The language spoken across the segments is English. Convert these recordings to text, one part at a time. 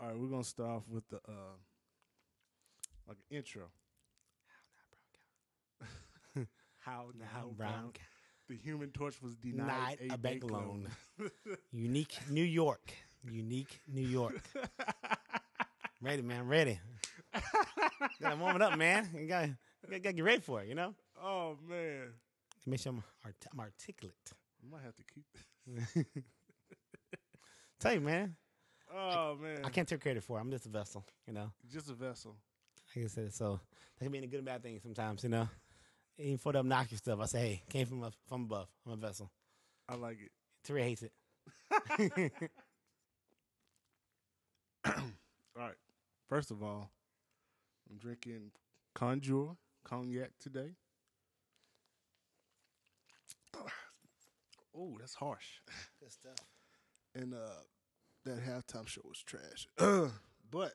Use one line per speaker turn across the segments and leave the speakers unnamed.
All right, we're gonna start off with the uh, like intro. How now,
Brown
Brown?
Cow-
The Human Torch was
Not
denied
a bank loan.
loan.
Unique New York. Unique New York. ready, man. Ready. gotta warm it up, man. You gotta, you gotta get ready for it, you know?
Oh man,
Make sure I'm, art- I'm articulate.
we might have to keep. This.
Tell you, man.
Oh man,
I can't take credit for it. I'm just a vessel, you know?
just a vessel.
Like I said, so that can be a good and bad thing sometimes, you know? Even for the obnoxious stuff, I say, hey, came from, a, from above. I'm a vessel.
I like it.
Terry hates it.
All right. First of all, I'm drinking Conjure cognac today. Oh, that's harsh.
Good stuff.
And uh that halftime show was trash. but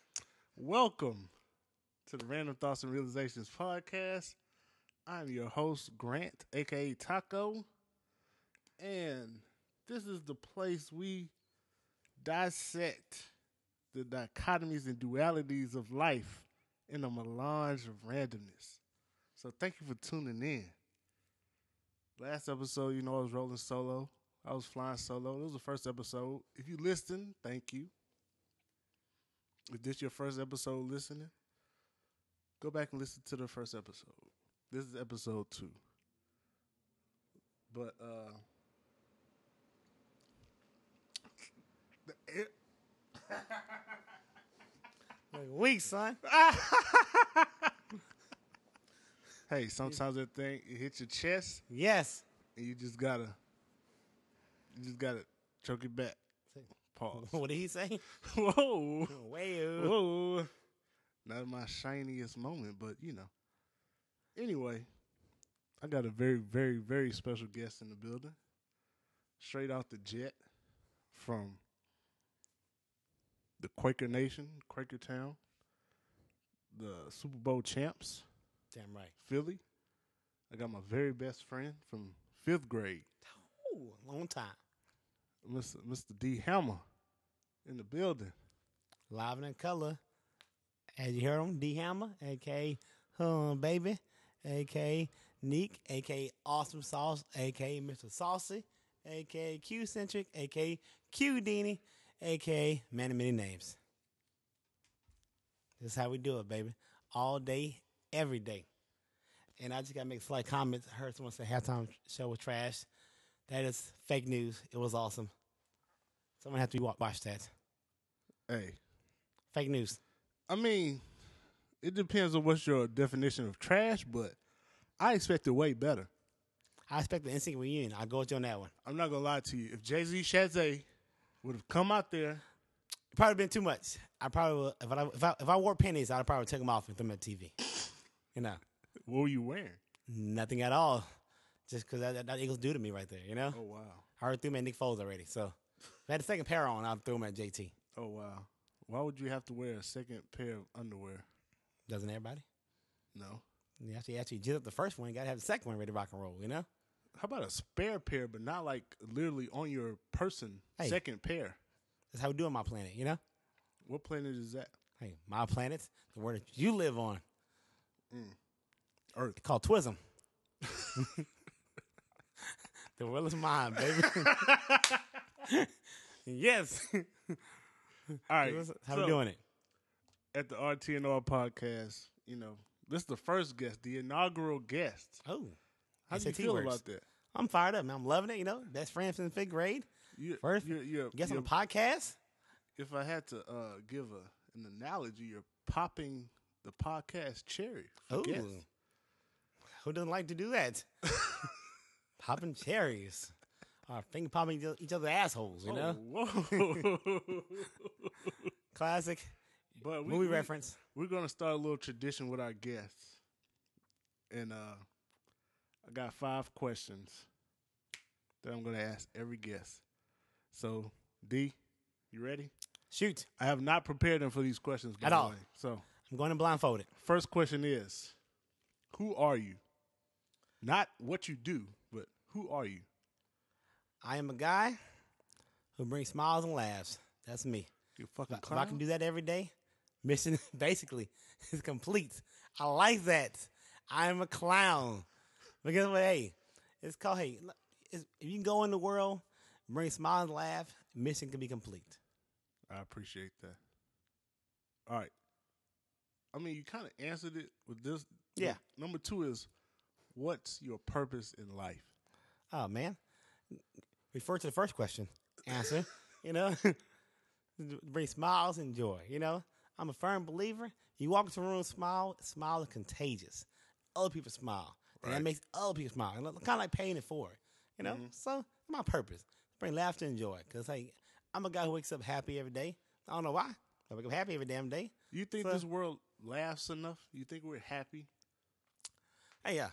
welcome to the Random Thoughts and Realizations podcast. I'm your host Grant, aka Taco, and this is the place we dissect the dichotomies and dualities of life in a melange of randomness. So thank you for tuning in. Last episode, you know, I was rolling solo. I was flying solo. It was the first episode. If you listen, thank you. If this your first episode listening, go back and listen to the first episode. This is episode two. But uh the air-
Like a week, son.
hey, sometimes that thing it hits your chest
Yes.
and you just gotta you just gotta choke it back. Pause.
What did he say?
Whoa.
Way
Whoa. Not my shiniest moment, but you know. Anyway, I got a very, very, very special guest in the building. Straight off the jet from the Quaker Nation, Quaker Town, the Super Bowl champs,
Damn right.
Philly. I got my very best friend from fifth grade,
Ooh, long time.
Mr. Mr. D. Hammer, in the building.
Live and in color. As you heard him, D Hammer, aka Hum Baby, aka Neek, aka Awesome Sauce, aka Mr. Saucy, aka Q Centric, aka Q Deenie, aka Man of Many Names. This is how we do it, baby. All day, every day. And I just gotta make a slight comment. I heard someone say halftime show was trash. That is fake news. It was awesome. Someone have to wa- watch that.
Hey,
Fake news.
I mean, it depends on what's your definition of trash, but I expected way better.
I expect the instant reunion. I'll go with you on that one.
I'm not gonna lie to you. If Jay Z Shazay would have come out there,
It probably been too much. I probably would, if I if I, if I wore pennies, I'd probably take them off and put them at TV. You know,
what were you wearing?
nothing at all, just because that, that, that Eagles do to me right there. You know,
Oh wow!
I already threw them at Nick Foles already. So if I had a second pair on, I'd throw them at JT.
Oh wow! Why would you have to wear a second pair of underwear?
Doesn't everybody?
No.
You actually actually jizz up the first one. You gotta have the second one ready to rock and roll. You know,
How about a spare pair, but not like literally on your person?
Hey.
Second pair.
that's how we do on my planet. You know,
What planet is that?
hey, my planet, the word that you live on,
Earth.
it's called Twism. the world is mine, baby. yes.
All right.
How
so-
we doing it?
at the RTNR podcast? You know, this is the first guest, the inaugural guest.
Oh,
How do you
SAT
feel
works.
about that?
I'm fired up, man. I'm loving it. You know, best friend since fifth grade.
You,
First,
you're, you're,
Guess on
you're-
the podcast.
if I had to uh, give a, an analogy, you're popping the podcast cherry. for
Ooh.
guests.
Who doesn't like to do that? popping cherries. Or finger popping each- each other assholes, you know?
Oh, whoa.
Classic
but we,
movie
we,
reference.
We're gonna start a little tradition with our guests, and uh, I got five questions that I'm gonna ask every guest. So, D, you ready?
Shoot.
I have not prepared them for these questions by
At
the
all.
way. So,
I'm going to blindfold it.
first question is, who are you? Not what you do, but who are you?
I am a guy who brings smiles and laughs. That's me.
You fucking
If I can
clown.
do that every day, mission basically is complete. I like that. I'm a clown. But guess what? Hey, it's called, hey, l- it's, if you can go in the world, bring a smile and laugh, mission can be complete.
I appreciate that. All right. I mean, you kind of answered it with this.
Yeah.
Number two is, what's your purpose in life?
Oh, man. Refer to the first question. Answer, you know, bring smiles and joy, you know. I'm a firm believer. You walk into a room, smile, smile is contagious. Other people smile. And
Right.
that makes other people smile. And kind of like paying it forward, you know. So my purpose, bring laughter and joy. Because, hey, I'm a guy who wakes up happy every day. I don't know why. I wake up happy every damn day.
You think
So-
this world laughs enough? You think we're happy?
Hey, yeah.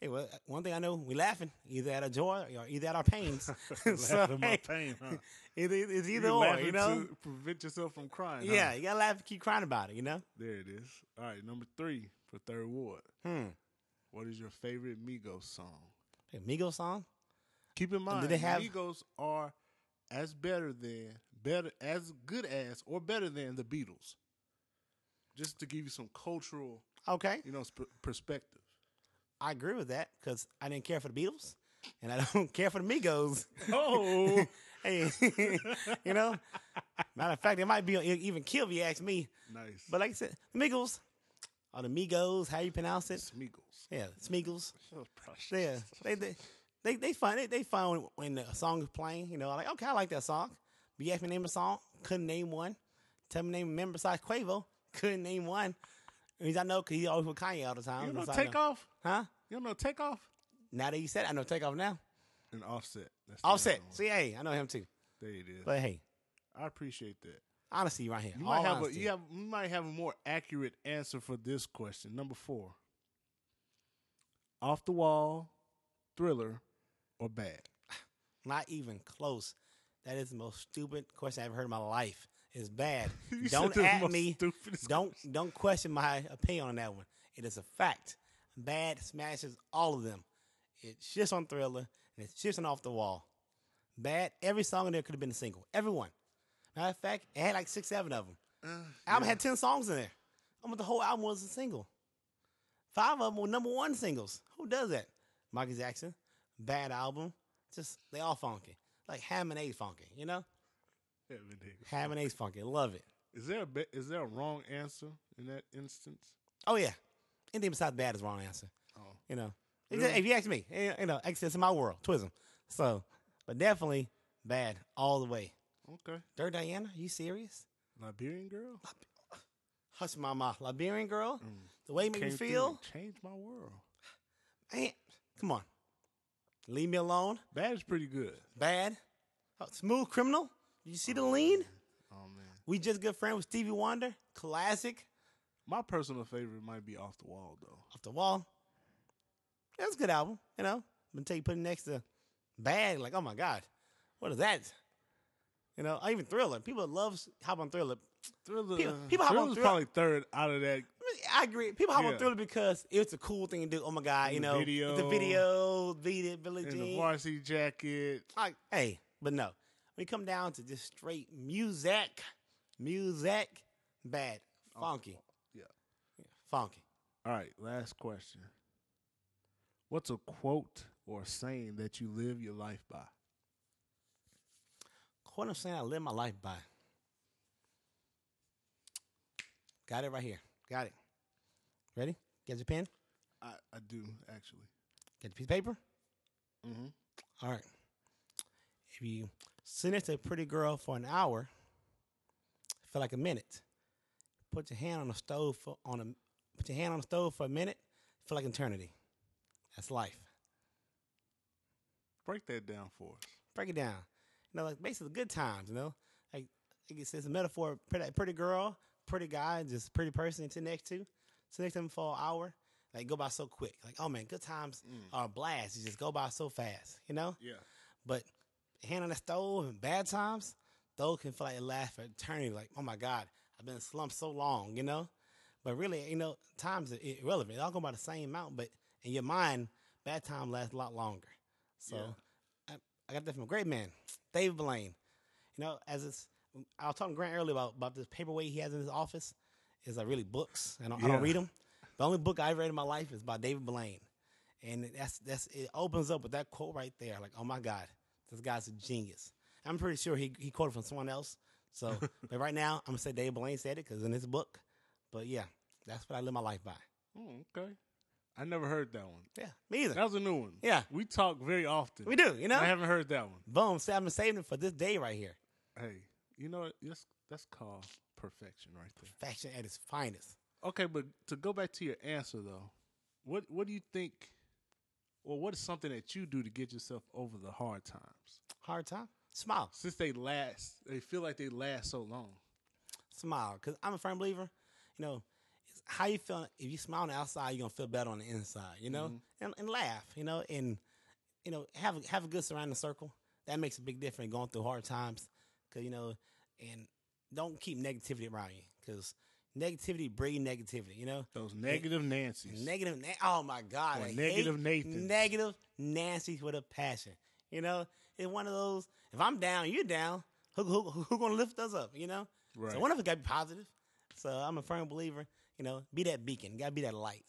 Hey, well, one thing I know, we laughing either at our joy or either at our pains. so,
Laughing my
hey,
pain, huh?
either, it's either
You're
or,
laughing uh-huh.
you know.
to prevent yourself from crying. huh?
Yeah, you gotta laugh and keep crying about it, you know?
There it is. All right, number three for Third Ward.
Hmm.
What is your favorite Migos song?
Hey, Migos song?
Keep in mind,
they have-
Migos are as better than, better as good as, or better than the Beatles. Just to give you some cultural,
Okay.
you know, sp- perspective.
I agree with that because I didn't care for the Beatles and I don't care for the Migos.
Oh,
hey, you know? Matter of fact, it might be it'll even kill if you ask me.
nice.
But like I said, the Migos or the Migos, how you pronounce it?
It's Migos.
Yeah, Smigos.
That was precious.
Yeah, they they they, they fun. They, they fun when, when the song is playing. You know, like okay, I like that song. But you asked me to name a song, couldn't name one. Tell me to name a member besides Quavo, couldn't name one. Which I know because he always with Kanye all the time.
You don't
so
know
I know.
Takeoff?
huh?
You don't know Takeoff?
Now that you said, it, I know Takeoff now.
And Offset. That's the
Offset,
other one.
see, hey, I know him too.
There it is.
But hey,
I appreciate that.
honesty right here.
You
all
might have a
honesty.
you have you might have a more accurate answer for this question. Number four. Off the wall, thriller, or bad?
Not even close. That is the most stupid question I've ever heard in my life. It's bad.
You said
don't
the
at
most
me.
stupidest
Don't don't question my opinion on that one. It is a fact. Bad smashes all of them. It shits on Thriller and it shits on Off the Wall. Bad. Every song in there could have been a single. Everyone. Matter of fact, it had like six, seven of them.
Uh,
album had ten songs in there. Almost the whole album was a single. Five of them were number one singles. Who does that? Michael Jackson. Bad album. Just they all funky. Like Ham and Ace funky. You know,
Heaven is.
Ham and Ace funky. Love it.
Is there a be, is there a wrong answer in that instance?
Oh yeah. Anything besides bad is wrong answer.
Oh.
You know, It's just- if you ask me, eh, you know, access in my world, Twism. So, but definitely bad all the way.
Okay.
Dirt Diana, you serious?
Liberian girl?
Hush, mama, Liberian girl.
Mm.
The way you make me
Came through
feel.
and changed my world.
Man, come on, leave me alone.
Bad is pretty good.
Bad, Oh, smooth criminal. You see the lean?
Oh man.
We just good friend with Stevie Wonder, classic
My personal favorite might be off the wall though.
off the wall. That's a good album, you know. But until you put it next to Bad, like oh my god, what is that? You know, I even Thriller. People love hop on Thriller.
Thriller
People- people hop
Thriller's
on Thriller-
probably third out of that
I agree. People hop
Yeah.
on Thriller because it's a cool thing to do. Oh my god, you
And the
know,
video.
the video, video, Billie
in the
Jean.
varsity jacket.
Like, hey, but no. When it come down to just straight music, music, bad,
Oh.
funky,
Yeah.
funky.
All right, last question. What's a quote or saying that you live your life by?
What I'm saying, I live my life by. Got it right here. Got it. Ready? Get your pen.
I, I do actually.
Get your piece of paper.
Mm-hmm.
All right. If you sit next to a pretty girl for an hour, for like a minute, put your hand on the stove for on a put your hand on the stove for a minute, for like eternity. That's life.
Break that down for us.
break it down. You know, like basically good times. You know, like, like it's, it's a metaphor. Pretty, pretty girl, pretty guy, just pretty person to next to, to next to them for an hour. Like go by so quick. Like oh man, good times
Mm.
are a blast. You just go by so fast. You know,
Yeah.
but hand on the stove and bad times, those can feel like it lasts for eternity. Like oh my god, I've been slumped so long. You know, but really, you know, times are irrelevant. They all go by the same amount, but in your mind, bad time lasts a lot longer. So.
Yeah.
I got that from a great man, David Blaine. You know, as it's I was talking to Grant earlier about, about this paperweight he has in his office. Is like really books. I don't, I don't
Yeah.
read them. The only book I have read in my life is by David Blaine, and that's that's it opens up with that quote right there. Like, oh my God, this guy's a genius. I'm pretty sure he he quoted from someone else. So, but right now I'm gonna say David Blaine said it because in his book. But yeah, that's what I live my life by.
Oh, okay. I never heard that one.
Yeah, me either.
That was a new one.
Yeah.
We talk very often.
We do, you know.
I haven't heard that one.
Boom. So I've been saving it for this day right here.
Hey, you know what? That's that's called perfection right there.
Faction at its finest.
Okay, but to go back to your answer though, what what do you think or what is something that you do to get yourself over the hard times?
Hard time. Smile.
Since they last they feel like they last so long.
smile because I'm a firm believer. You know, it's how you feel. If you smile on the outside, you're gonna feel better on the inside. You know,
Mm-hmm.
and, and laugh. You know, and you know have a- have a good surrounding circle. That makes a big difference going through hard times. Cause you know, and don't keep negativity around you. Cause negativity breeds negativity. You know,
Those negative Nancy's.
negative. Na- oh my God,
Or
I
negative
hate
Nathans.
Negative Nancy's with a passion. You know, it's one of those. If I'm down, you're down. Who who who, who gonna lift us up? You know.
right.
So one of it got to be positive. So I'm a firm believer. You know, be that beacon. Got to be that light.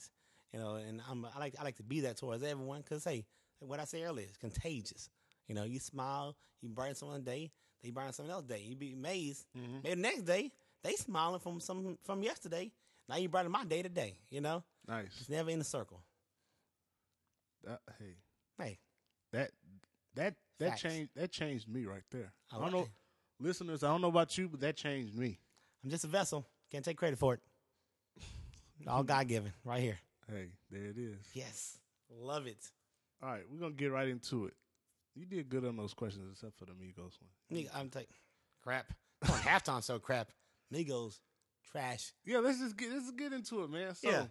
You know, and I'm I like I like to be that towards everyone because hey, what I say earlier is contagious. You know, you smile, you brighten someone's day, they brighten someone else's day. You be amazed.
Mhm.
Maybe the next day they smiling from some from yesterday. Now you brighten my day today. You know,
Nice.
it's never in a circle.
That, hey.
Hey.
That that that
Facts.
changed that changed me right there.
I
I don't
like
know listeners, I don't know about you, but that changed me.
I'm just a vessel. Can't take credit for it. All God given, right here.
Hey, there it is.
Yes, love it.
All right, we're gonna get right into it. You did good on those questions, except for the Migos one.
Nigga, I'm like, crap. Come on, halftime so crap. Migos, trash.
Yeah, let's just get let's get into it, man. So,
Yeah.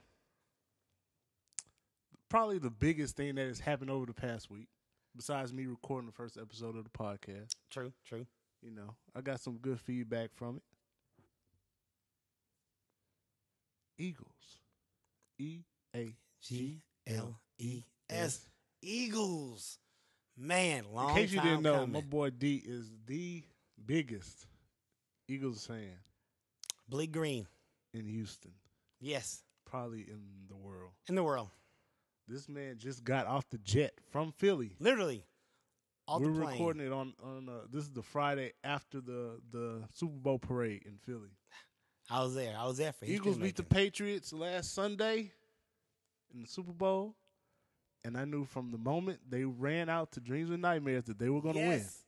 probably the biggest thing that has happened over the past week, besides me recording the first episode of the podcast,
True, true.
you know, I got some good feedback from it. Eagles, E A
G L E S Eagles. Man, long
In case you
time
didn't know,
coming.
my boy D is the biggest Eagles fan
Bleak Green.
in Houston,
Yes,
probably in the world.
in the world,
This man just got off the jet from Philly.
literally. Off
We're
the plane.
recording it on on uh, this is the Friday after the the Super Bowl parade in Philly.
I was there. I was there for history
Eagles beat the
making.
Patriots last Sunday in the Super Bowl, and I knew from the moment they ran out to dreams and nightmares that they were going to win.
Yes,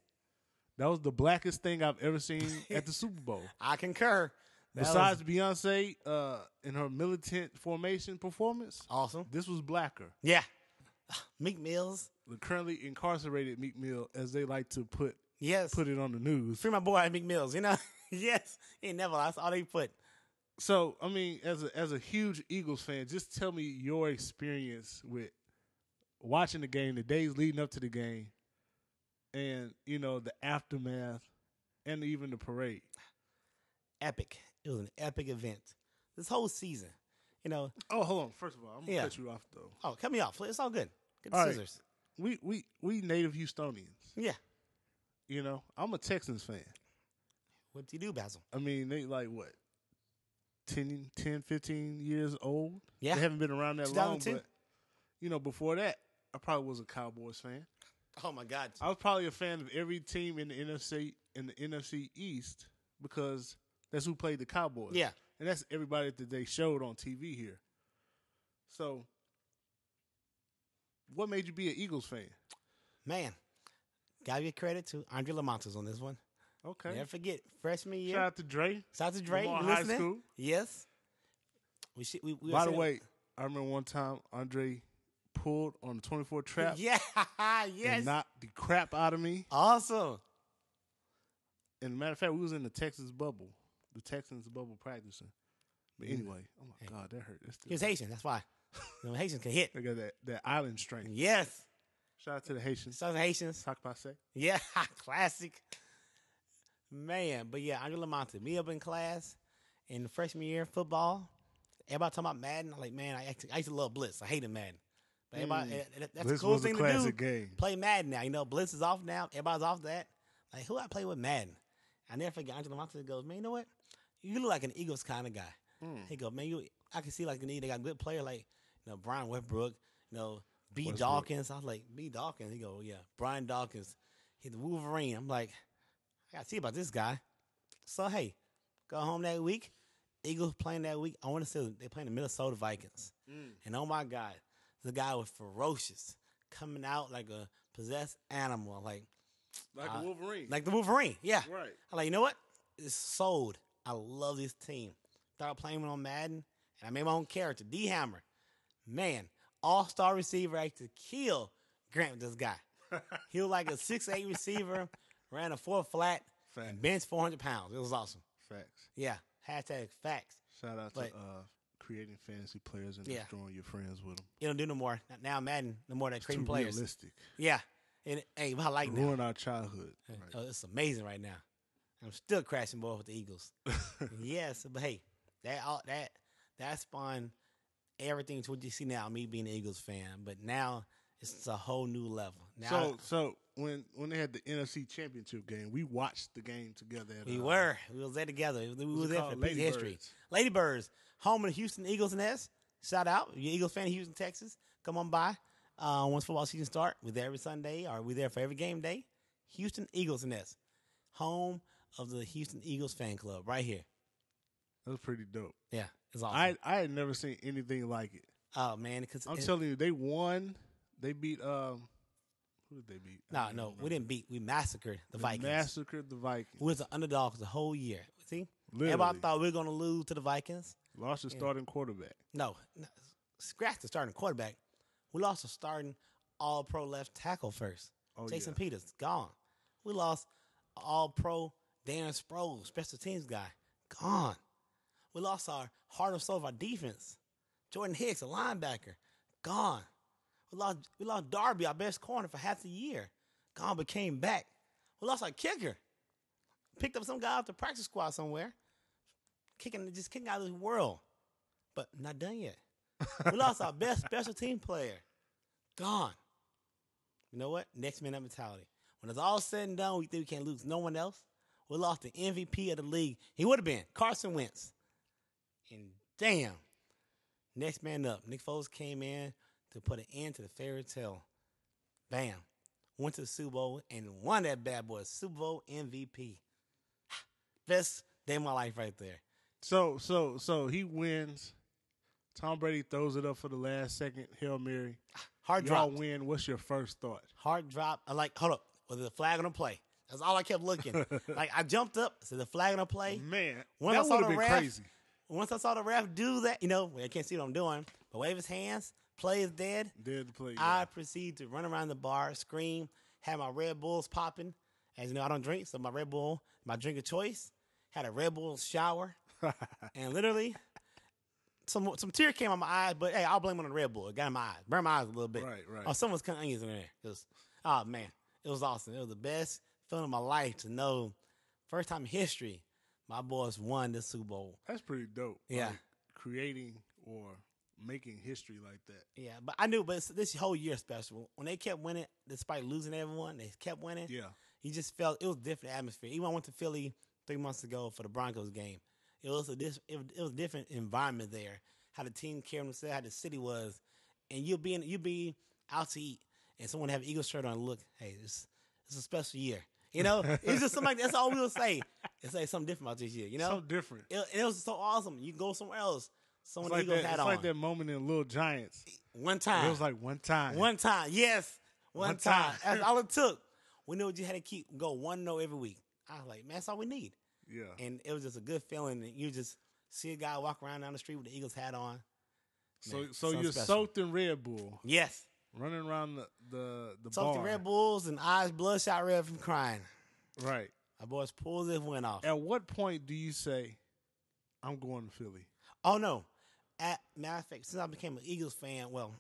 That was the blackest thing I've ever seen at the Super Bowl.
I concur. That was
Besides Beyonce uh, in her militant formation performance,
awesome.
this was blacker.
Yeah, Meek Mills.
The currently incarcerated Meek Mill, as they like to put
Yes,
put it on the news.
free my boy Meek Mills. You know, yes, he ain't never. That's all they put.
So, I mean, as a as a huge Eagles fan, just tell me your experience with watching the game, the days leading up to the game, and you know the aftermath, and even the parade.
epic. It was an epic event. This whole season, you know.
Oh, hold on. First of all, I'm gonna
Yeah.
cut you off though.
Oh, cut me off. It's all good. Good
All right.
scissors.
We we we native Houstonians.
Yeah.
You know, I'm a Texans fan.
What do you do, Basil?
I mean, they like what 10, 10 15 years old.
Yeah.
they haven't been around that long.
2010.
But you know, before that, I probably was a Cowboys fan.
Oh my God.
I was probably a fan of every team in the NFC in the NFC East because that's who played the Cowboys.
Yeah.
and that's everybody that they showed on TV here. So, what made you be an Eagles fan?
Man. Gotta give credit to Andre Lamontas on this one.
Okay,
Never forget, freshman year.
shout out to Dre.
Shout out to Dre.
Lamar
you
High
listening?
School.
Yes. We should, we, we were
By the
sitting-
way, I remember one time Andre pulled on the twenty four trap
Yeah. yes.
and knocked the crap out of me.
awesome.
And matter of fact, we was in the Texas bubble, the Texans bubble practicing. But anyway, oh my god, that hurt. That's
He was Haitian. That's why. You know, Haitians can hit.
They got that, that island strength.
Yes.
Shout out to the Haitians.
Southern Haitians.
Talk about say.
Yeah, classic. Man, but yeah, Andre Lamonte, me up in class in the freshman year of football. Everybody talking about Madden. I'm like, man, I used to, I used to love Blitz. I hated Madden. But everybody,
Mm.
eh, eh, that's
This
a cool
was a
thing to do.
classic game.
Play Madden now. You know, Blitz is off now. Everybody's off that. Like, who I play with Madden? I never forget. Angela Monte goes, man, you know what? You look like an Eagles kind of guy.
Mm.
He goes, man, you. I can see like the need. They got good player like you know Brian Westbrook, you know B
Westbrook.
Dawkins. I was like B Dawkins. He go, yeah, Brian Dawkins. He's the Wolverine. I'm like, I gotta see about this guy. So hey, go home that week. Eagles playing that week. I want to say they playing the Minnesota Vikings.
Mm.
And oh my God, the guy was ferocious, coming out like a possessed animal, like
Like
Uh,
a Wolverine.
like the Wolverine. Yeah.
right.
I'm like, you know what? It's sold. I love this team. Started playing on Madden, and I made my own character, D Hammer. Man, all star receiver I to kill Grant with this guy. he was like a six eight receiver, ran a four flat,
Facts.
and bench four hundred pounds. It was awesome.
Facts.
Yeah. Hashtag facts.
Shout out
Like-
to uh, creating fantasy players and
Yeah.
destroying your friends with them.
You don't do no more. Not Now Madden, no more that creating
Too
players.
realistic.
Yeah. And hey, I like now.
Ruin our childhood. Right.
Oh, it's amazing right now. I'm still crashing ball with the Eagles. yes, but hey, that all that that spawned everything to what you see now. Me being an Eagles fan, but now it's a whole new level. Now
so so when when they had the NFC Championship game, we watched the game together. At,
we
uh,
were we was there together. We
what
was
was it
there for a
called?
piece of history.
Ladybirds.
Ladybirds, home of the Houston Eagles and S. Shout out, if you're an Eagles fan, of Houston, Texas. Come on by. Uh, once football season start, we're there every Sunday, or we're there for every game day. Houston Eagles and S, home of the Houston Eagles fan club, right here.
That was pretty dope.
Yeah, it's awesome.
I I had never seen anything like it.
oh man, because
I'm telling you, they won. They beat um, who did they beat? I
no,
can't
no,
remember.
we didn't beat. We massacred the
They
Vikings.
massacred the Vikings.
we was the underdogs the whole year. See, everybody
Literally.
thought we were gonna lose to the Vikings.
Lost the starting quarterback.
No, no scratch the starting quarterback. We lost the starting All Pro left tackle first.
Oh
Jason Peters gone. We lost All Pro Darren Sproles, special teams guy gone. We lost our heart and soul of our defense. Jordan Hicks, a linebacker, gone. We lost we lost Darby, our best corner, for half the year. Gone, but came back. We lost our kicker. Picked up some guy off the practice squad somewhere, kicking just kicking out of this world. But not done yet. We lost our best special team player. Gone. You know what? Next man up mentality. When it's all said and done, we think we can't lose no one else. We lost the MVP of the league. He would have been Carson Wentz. And damn, next man up. Nick Foles came in to put an end to the fairy tale. Bam. Went to the Super Bowl and won that bad boy. Super Bowl MVP. Best day of my life right there.
So so so he wins. Tom Brady throws it up for the last second hail mary.
Hard
Y'all
drop.
win. What's your first thought?
Hard drop. I like, hold up. Was the flag on the play? That's all I kept looking. like I jumped up, said the flag on the play.
Man,
When I
that
saw
would
the
have been
ref-
crazy.
Once I saw the ref do that, you know, I can't see what I'm doing, but wave his hands, play is dead.
Did the play?
I proceed to run around the bar, scream, have my Red Bulls popping. As you know, I don't drink, so my Red Bull, my drink of choice, had a Red Bull shower, and literally, some some tear came on my eyes. But hey, I'll blame it on the Red Bull. It got in my eyes, burned my eyes a little bit.
Right, right.
Oh, someone's cutting onions in there. It was, oh man, it was awesome. It was the best feeling of my life to know, first time in history, my boys won the Super Bowl.
That's pretty dope.
Yeah.
Like, creating or making history like that.
Yeah, but I knew, but it's, this whole year special. When they kept winning, despite losing everyone, they kept winning.
Yeah.
You just felt it was a different atmosphere. Even when I went to Philly three months ago for the Broncos game. It was a dis- it, was- it was a different environment there. How the team carried themselves, how the city was, and you'll be in, you'll be out to eat, and someone have an Eagles shirt on. Look, hey, this this is a special year. You know, it's just something like that's all we'll say. It's like something different about this year. You know,
Something different.
it, it was so awesome. You can go somewhere else.
It's
Someone
like,
Eagles
that,
hat
it's
on
like that moment in Little Giants.
one
It
time.
was like one time.
One time, yes. One,
One
time.
time.
That's all it took. We knew you had to keep go one no every week. I was like, man, that's all we need.
Yeah.
And it was just a good feeling. And you just see a guy walk around down the street with the Eagles hat on.
so
Man,
so
something
you're
special.
soaked in Red Bull,
Yes.
running around the the, the
Talk to
bar.
Red Bulls and eyes bloodshot red from crying.
Right.
My boys pulls it went off.
At what point do you say, "I'm going to Philly"?
Oh no. At matter of fact, since I became an Eagles fan, well,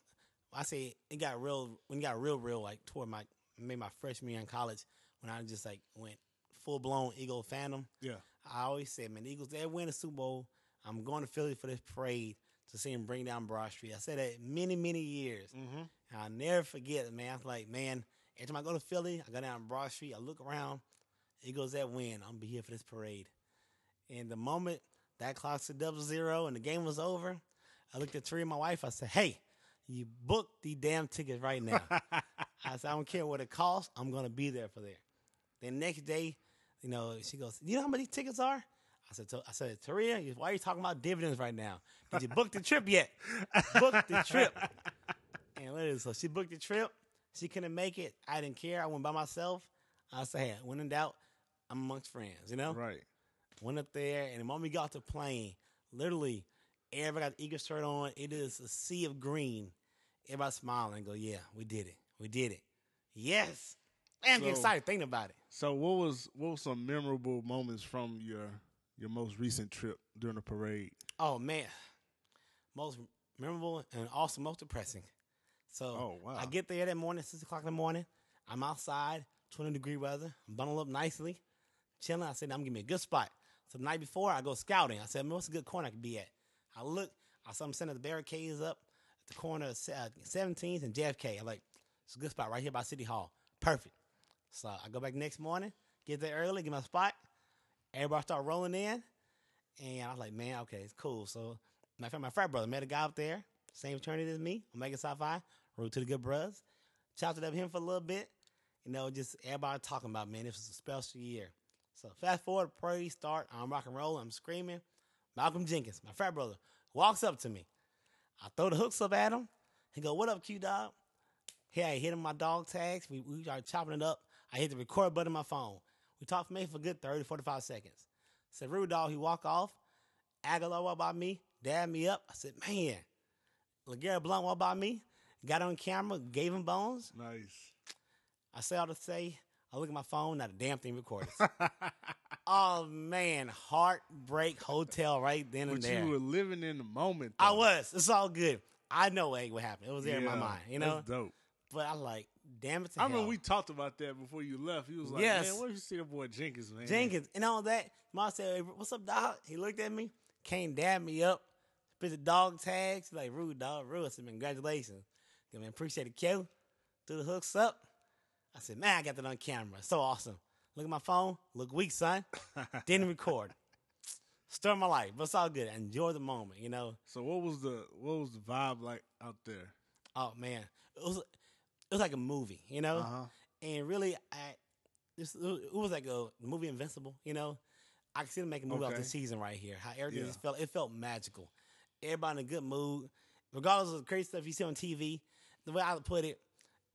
I say it got real when it got real real like toward my maybe my freshman year in college when I just like went full blown Eagle fandom.
Yeah.
I always said, man, the Eagles, they win the Super Bowl. I'm going to Philly for this parade to see them bring down Broad Street. I said that many, many years.
Mm-hmm.
And I'll never forget it, man. I was like, man, every time I go to Philly, I go down Broad Street, I look around, It goes that win. I'm gonna be here for this parade. And the moment that clock said double zero and the game was over, I looked at Tree and my wife. I said, "Hey, you book the damn tickets right now." I said, "I don't care what it costs. I'm gonna be there for there." The next day, you know, she goes, "You know how many tickets are?" I said, "So- "I said, Taria, why are you talking about dividends right now? Did you book the trip yet? book the trip." And literally, so she booked the trip. She couldn't make it. I didn't care. I went by myself. I said, "Hey, when in doubt, I'm amongst friends." You know
right.
went up there, and the moment we got off the plane, literally, everybody got the Eagles shirt on. It is a sea of green. Everybody smiling and go, yeah, we did it. We did it. Yes. And
So-
I'm getting excited thinking about it.
So what was what was some memorable moments from your your most recent trip during the parade?
Oh, man. Most memorable and also most depressing. So
Oh, wow.
I get there that morning, 6 o'clock in the morning. I'm outside, 20 degree weather. I'm bundled up nicely, chilling. I said, I'm going to me a good spot. So the night before, I go scouting. I said, man, what's a good corner I could be at? I look, I saw them setting the barricades up at the corner of se- uh, 17th and JFK. I'm like, it's a good spot right here by City Hall. Perfect. So I go back next morning, get there early, get my spot. Everybody start rolling in. And I was like, man, okay, it's cool. So my friend, my frat brother, met a guy out there, same fraternity as me, Omega Psi Phi, Road to the Good Bros. Chopped it up with him for a little bit. You know, just everybody talking about, man, this was a special year. So fast forward, praise start. I'm rock and roll. I'm screaming. Malcolm Jenkins, my frat brother, walks up to me. I throw the hooks up at him. He go, "What up, Q dog?" Hey, I hit him my dog tags. We, we started chopping it up. I hit the record button on my phone. We talked for maybe for a good 30, 45 seconds. Said, rude dog, he walk off. Aguilar walked by me, dabbed me up. I said, man. LeGarrette Blunt walked by me, got on camera, gave him bones.
Nice.
I say all to say, I look at my phone, not a damn thing recorded. oh man, heartbreak hotel right then and
But
there.
you were living in the moment.
I
though.
was. It's all good. I know what would happen. It was there in my
Yeah,
mind, you know.
That's dope.
But I'm like, damn it! To
I remember
hell.
we talked about that before you left. He was like,
Yes.
"Man, where you see that boy Jenkins, man?"
Jenkins and all that. Mom said, hey, "What's up, dog?" He looked at me, came dab me up, spit the dog tags. He's like, "Rude dog, rude." I said, "Man, congratulations, I man, appreciate it, Q." Threw the hooks up. I said, "Man, I got that on camera. So awesome." Look at my phone. Look weak, son. Didn't record. Stir my life, but it's all good. Enjoy the moment, you know.
So what was the what was the vibe like out there?
Oh man, it was it was like a movie, you know.
Uh-huh.
And really, I this it was like a movie Invincible, you know. I could see them making a movie out
Okay.
this season right here. How everything
Yeah.
just felt it felt magical. Everybody in a good mood, regardless of the crazy stuff you see on TV. The way I would put it,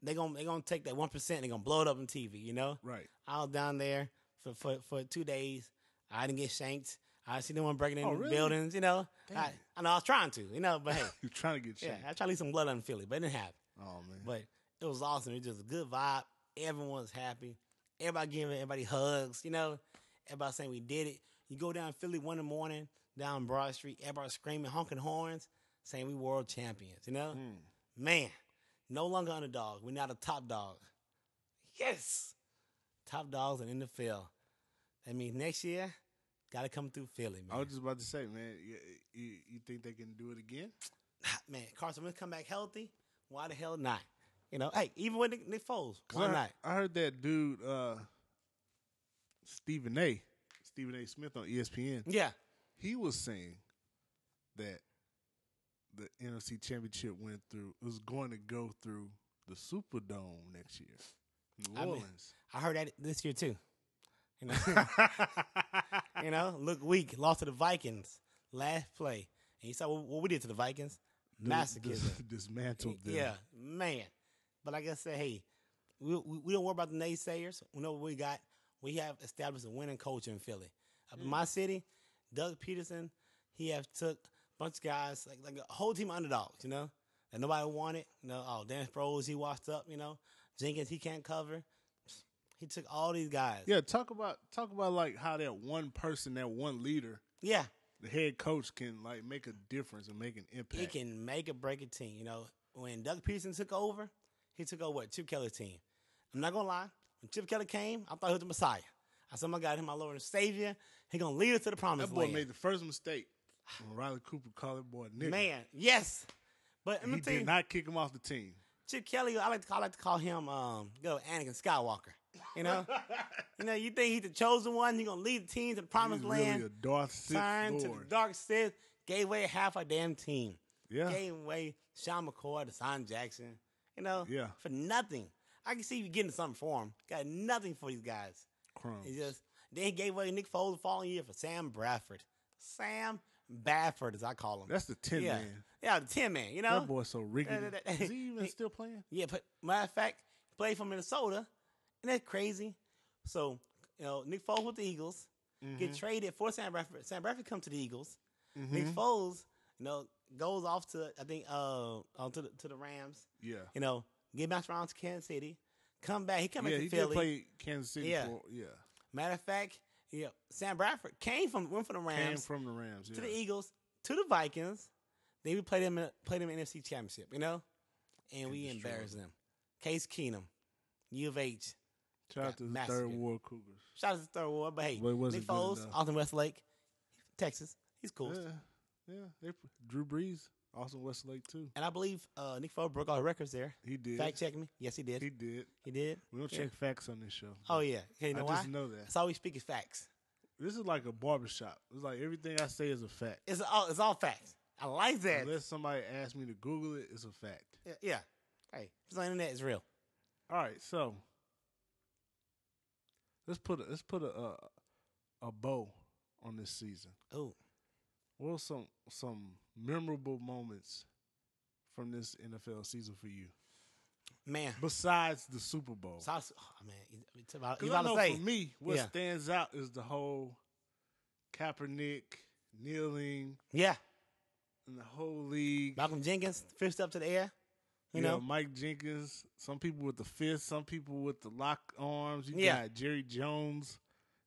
they gonna they gonna take that one percent, they gonna blow it up on TV, you know.
Right.
I was down there for, for, for two days. I didn't get shanked. I see no one breaking into
Oh, really?
buildings, you know. I,
Dang.
I know I was trying to, you know, but hey,
You trying to get
yeah,
shanked?
I tried to leave some blood on Philly, but it didn't happen.
oh man.
But it was awesome. It was just a good vibe. Everyone's happy. Everybody giving everybody hugs, you know. Everybody saying we did it. You go down Philly one in the morning, down Broad Street, everybody screaming, honking horns, saying we world champions, you know?
Mm.
Man, no longer underdog. We're not a top dog. Yes. Top dogs in NFL. That means next year, gotta come through Philly,
I
man.
was just about to say, man, you, you, you think they can do it again?
Ah, man, Carson Wentz come back healthy. Why the hell not? You know, hey, even with Nick, Nick Foles,
'Cause
why
I,
not?
I heard that dude uh, Stephen A. Stephen A. Smith on E ESPN.
Yeah.
He was saying that the NFC Championship went through was going to go through the Superdome next year, New
I mean-
Orleans.
I heard that this year too. You know, you know, look weak, lost to the Vikings last play, and you saw what, what we did to the Vikings,
Dis-
masochism.
dis- dismantled them.
Yeah, man. But like I said, hey, we, we, we don't worry about the naysayers. We know what we got. We have established a winning culture in Philly. Up in
Mm-hmm.
my city, Doug Peterson, he have took a bunch of guys, like like a whole team of underdogs, you know, that nobody wanted. You know, oh, Dan Sproles, he washed up, you know. Jenkins, he can't cover. He took all these guys.
Yeah, talk about talk about like how that one person, that one leader,
yeah.
the head coach can like make a difference and make an impact.
It can make or break a team. You know, when Doug Peterson took over, he took over what Chip Kelly's team. I'm not gonna lie. When Chip Kelly came, I thought he was the Messiah. I said, "Oh "My God, him, my Lord and Savior. He gonna lead us to the promised
That boy
land."
made the first mistake when Riley Cooper called that boy a nigga.
Man, yes. But I'm
he
gonna tell you,
did not kick him off the team.
Chip Kelly. I like to call, I like to call him um, go Anakin Skywalker. You know, you know, you think he's the chosen one? He's gonna lead the team to the promised
He's really a
land?
Darth Sith
Turned to the
Lord.
dark Sith, gave away half our damn team,
Yeah,
gave away Sean McCoy, Deshaun Jackson. You know,
Yeah.
for nothing. I can see you getting something for him. Got nothing for these guys.
crumbs.
It's just then he gave away Nick Foles the following year for Sam Bradford. Sam Bradford, as I call him.
That's the ten
yeah,
man.
yeah, the ten man. You know,
That boy's so rigged.
that- that- that-
Is he even
he-
still playing?
yeah, but matter of fact, he played for Minnesota, and that's crazy. So, you know, Nick Foles with the Eagles
Mm-hmm.
get traded for Sam Bradford. Sam Bradford come to the Eagles. Nick
Mm-hmm.
Foles, you know, goes off to I think uh, uh to the to the Rams.
Yeah,
You know, get bounced around to Kansas City, come back. He come
yeah.
back
He
to
did
Philly.
play Kansas City.
Yeah.
for, yeah.
Matter of fact, yeah, Sam Bradford came from went from the
Came
Rams
from the Rams.
to
yeah.
the Eagles to the Vikings. Then we played them in, played them in NFC Championship, you know, and
And
we
destroyed
embarrassed them. Case Keenum, U of H.
Shout out to the Third
massacred.
War Cougars.
Shout out to Third Ward, but hey,
But it wasn't
Nick
good
Foles,
enough.
Austin Westlake, Texas. He's cool,
Yeah, yeah. They, Drew Brees, Austin Westlake too.
and I believe uh, Nick Foles broke all the records there.
He did.
Fact check me. Yes, he did.
He
He,
did.
did.
We don't
Yeah.
check facts on this show.
Oh yeah. Okay, you know
I
why?
just know that.
That's all we speak is facts.
This is like a barbershop. It's like everything I say is a fact.
It's all it's all facts. I like that.
Unless somebody asks me to Google it, it's a fact.
Yeah, yeah. Hey, if it's on the internet. It's real.
All right, so let's put a, let's put a, a a bow on this season.
Oh,
What are some some memorable moments from this NFL season for you
man.
besides the Super Bowl?
So I was, oh, man, you- you talk about, you
Because I
about
know
to say,
for me, what
Yeah.
stands out is the whole Kaepernick kneeling
yeah,
and the whole league.
Malcolm Jenkins, fist up to the air, you
You know,
know,
Mike Jenkins. Some people with the fist, some people with the lock arms. You
Yeah.
got Jerry Jones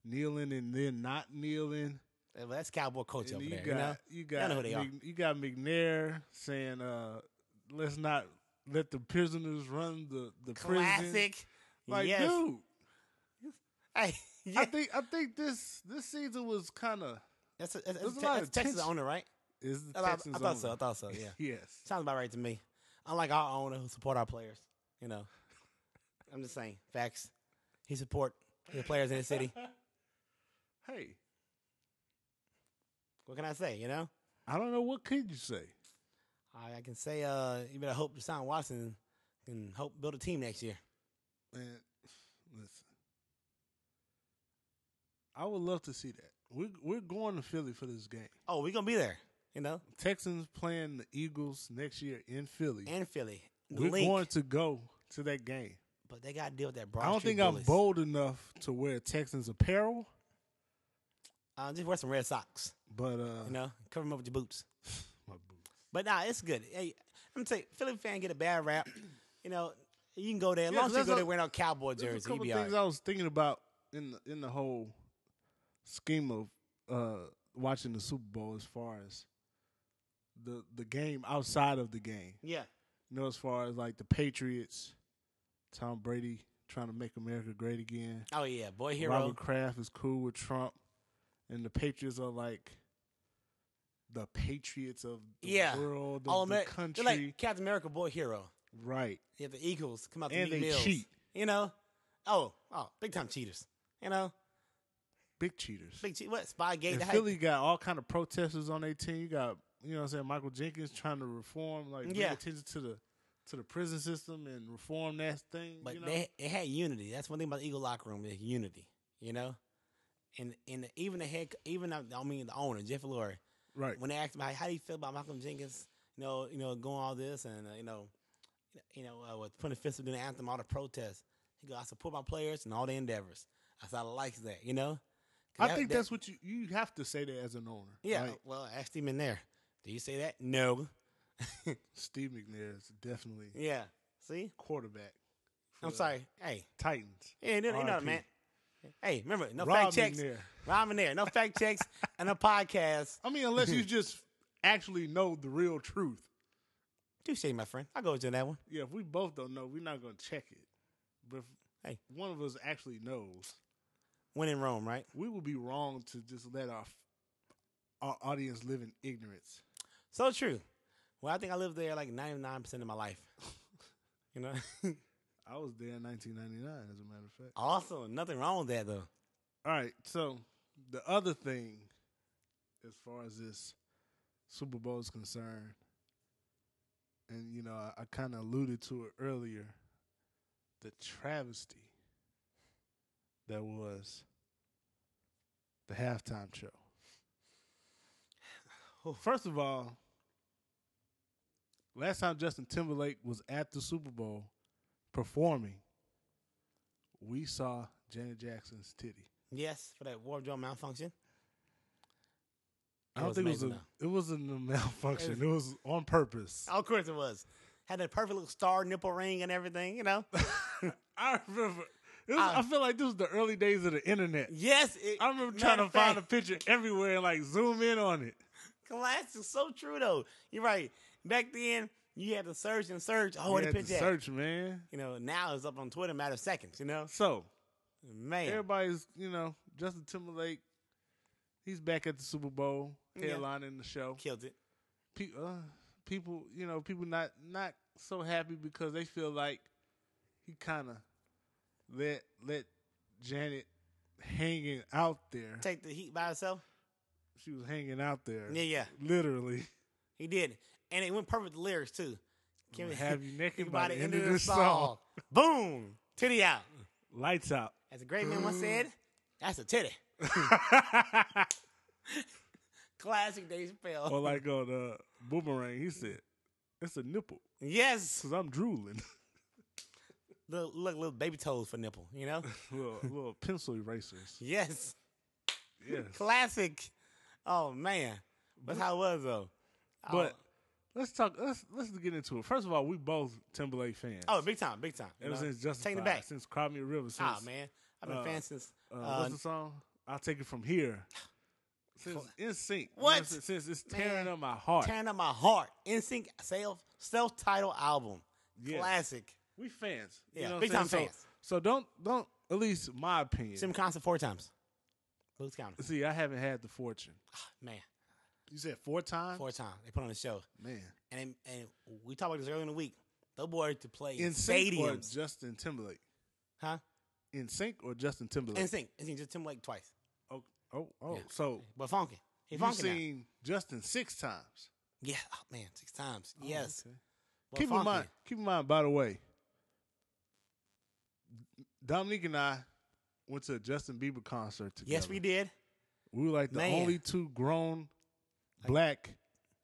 kneeling and then not kneeling.
Uh, well, that's cowboy coach
And
over
you
there,
got
you know.
you
Y'all
got
know who they are.
Mc- you got McNair saying, uh, "Let's not let the prisoners run the the prison."
Classic,
Like,
yes.
dude,
Hey, yeah.
I think I think this this season was kind of
that's a, that's,
there's
that's,
a
a
lot
that's
of
Texas
tension.
owner, right?
is the
I, I, I
Texans.
thought so. I
owner.
thought so. Yeah,
yes.
sounds about right to me. Unlike our owner who support our players, you know. I'm just saying facts. He support the players in the city.
Hey,
What can I say? You know,
I don't know what could you say.
I, I can say uh, you better hope Deshaun Watson can hope build a team next year.
Man, listen. I would love to see that. We're we're going to Philly for this game.
Oh, we gonna be there, you know,
Texans playing the Eagles next year in Philly.
and Philly. The
we're
link.
going to go to that game.
But they got to deal with that Broad
I don't
Street
think I'm
bullies.
bold enough to wear Texans apparel,
Uh, just wear some red socks,
but uh,
you know, cover them up with your boots.
my boots.
But nah, it's good. Hey, I'm saying, Philly fan get a bad rap. You know, you can go there. As
Yeah,
long
'cause
as you
that's
go
a-
there wearing a cowboy
There's a
jersey, you
couple
be
things
all right.
I was thinking about in the in the whole scheme of uh, watching the Super Bowl as far as the the game outside of the game.
Yeah,
You know, as far as like the Patriots, Tom Brady trying to make America great again.
Oh yeah, boy hero.
Robert Kraft is cool with Trump, and the Patriots are like the Patriots of the
Yeah.
world, of
All
the
America.
country,
They're like Captain America, boy hero.
right?
Yeah, the Eagles come out to
And
meet
they
Bills.
cheat.
You know, oh, oh, big time cheaters. You know,
Big cheaters.
big cheat. What Spygate?
and
the hype.
Philly got all kind of protesters on their team. You got you know what I'm saying Michael Jenkins trying to reform, like bring
Yeah.
attention to the to the prison system and reform that thing.
But
you know?
they they had unity. That's one thing about the Eagle locker room is unity. You know, and and even the head, even uh, I mean the owner Jeff Lurie,
right.
when they asked him how, how do you feel about Malcolm Jenkins, you know, you know, going all this and uh, you know, you know, uh, with putting fists up doing the anthem, all the protests. He goes, I support my players and all their endeavors. I said I like that. You know, 'Cause
I
that-
think
that-
that's what you you have to say that as an owner.
yeah.
Like,
Well, asked him in there. Do you say that? No.
Steve McNair is definitely
Yeah. See,
quarterback. for
I'm
the
sorry. Hey,
Titans.
hey, you know, you know
R.I.P..
man. Hey, remember, no
Rob
fact checks.
McNair.
Rob McNair, no fact checks and no podcast.
I mean, unless you just actually know the real truth.
Do say, my friend. I'll go with you on that one.
Yeah, if we both don't know, we're not gonna check it. But if
Hey.
one of us actually knows,
When in Rome, right?
we would be wrong to just let our our audience live in ignorance.
So true. Well, I think I lived there like 99% of my life. You know?
I was there in 1999, as a matter of fact.
Also, nothing wrong with that though.
All right, so the other thing, as far as this Super Bowl is concerned, and you know, I, I kind of alluded to it earlier, the travesty that was the halftime show.
Oh.
First of all, last time Justin Timberlake was at the Super Bowl performing, we saw Janet Jackson's titty.
Yes, for that wardrobe malfunction.
I
That
don't
was
think it was a
amazing,
it wasn't a malfunction. It was on purpose.
Oh, of course it was. Had that perfect little star nipple ring and everything, you know.
I remember. It was,
I-
I, feel like this was the early days of the internet.
Yes, it,
I remember
matter
trying to
of
find
fact,
a picture everywhere and like zoom in on it.
Classic, so true though. You're right. Back then, you had to search and search. Oh,
You
where the
had to
picture? at?
search, man.
You know, now it's up on Twitter, matter of seconds. You know,
So
man.
everybody's, you know, Justin Timberlake. He's back at the Super Bowl,
Yeah.
headlining the show.
killed it.
Pe- uh, people, you know, people not not so happy because they feel like he kind of let let Janet hanging out there.
Take the heat by itself.
She was hanging out there,
Yeah, yeah,
literally.
he did, and it went perfect with the lyrics too.
Can we have you naked
by the end of the song? Boom, titty out.
Lights out.
As a great man once said, "That's a titty." Classic Dave Chappelle.
or like on uh, Boomerang, he said, "It's a nipple
yes,
because I'm drooling."
look, look, little baby toes for nipple. You know,
little, little pencil erasers.
yes.
Yes,
classic. Oh man, that's how it was though. Oh,
but let's talk. Let's let's get into it. First of all, we both Timberlake fans.
oh, big time, big time. you
ever
know?
since Justified,
taking it back.
since Cry Me a River, since
Ah man, I've been
uh,
fans since.
Uh,
Uh,
what's the song? I'll take it from here. Since in sync.
What?
Since, since it's tearing
Man.
up my heart.
Tearing up my heart. NSYNC self self title album.
Yes.
Classic.
We fans.
Yeah,
what
big
I'm
time
saying?
fans.
So, so don't don't at least my opinion.
Sim concert four times. Blues County.
See, I haven't had the fortune.
Man,
You said four times?
four times they put on the show,
Man.
and and we talked about this earlier in the week. Those boys to play in
In sync or
stadiums,
Justin Timberlake?
huh?
In sync or Justin Timberlake?
NSYNC. NSYNC just Timberlake twice,
oh, oh, oh.
Yeah.
So
but funky. He
you've
funky now.
seen Justin six times.
Yeah, oh, man, six times. yes.
okay.
but
Keep in
funky.
mind. Keep in mind. By the way, Dominique and I went to a Justin Bieber concert together.
Yes, we did.
We were like the
Man.
only two grown black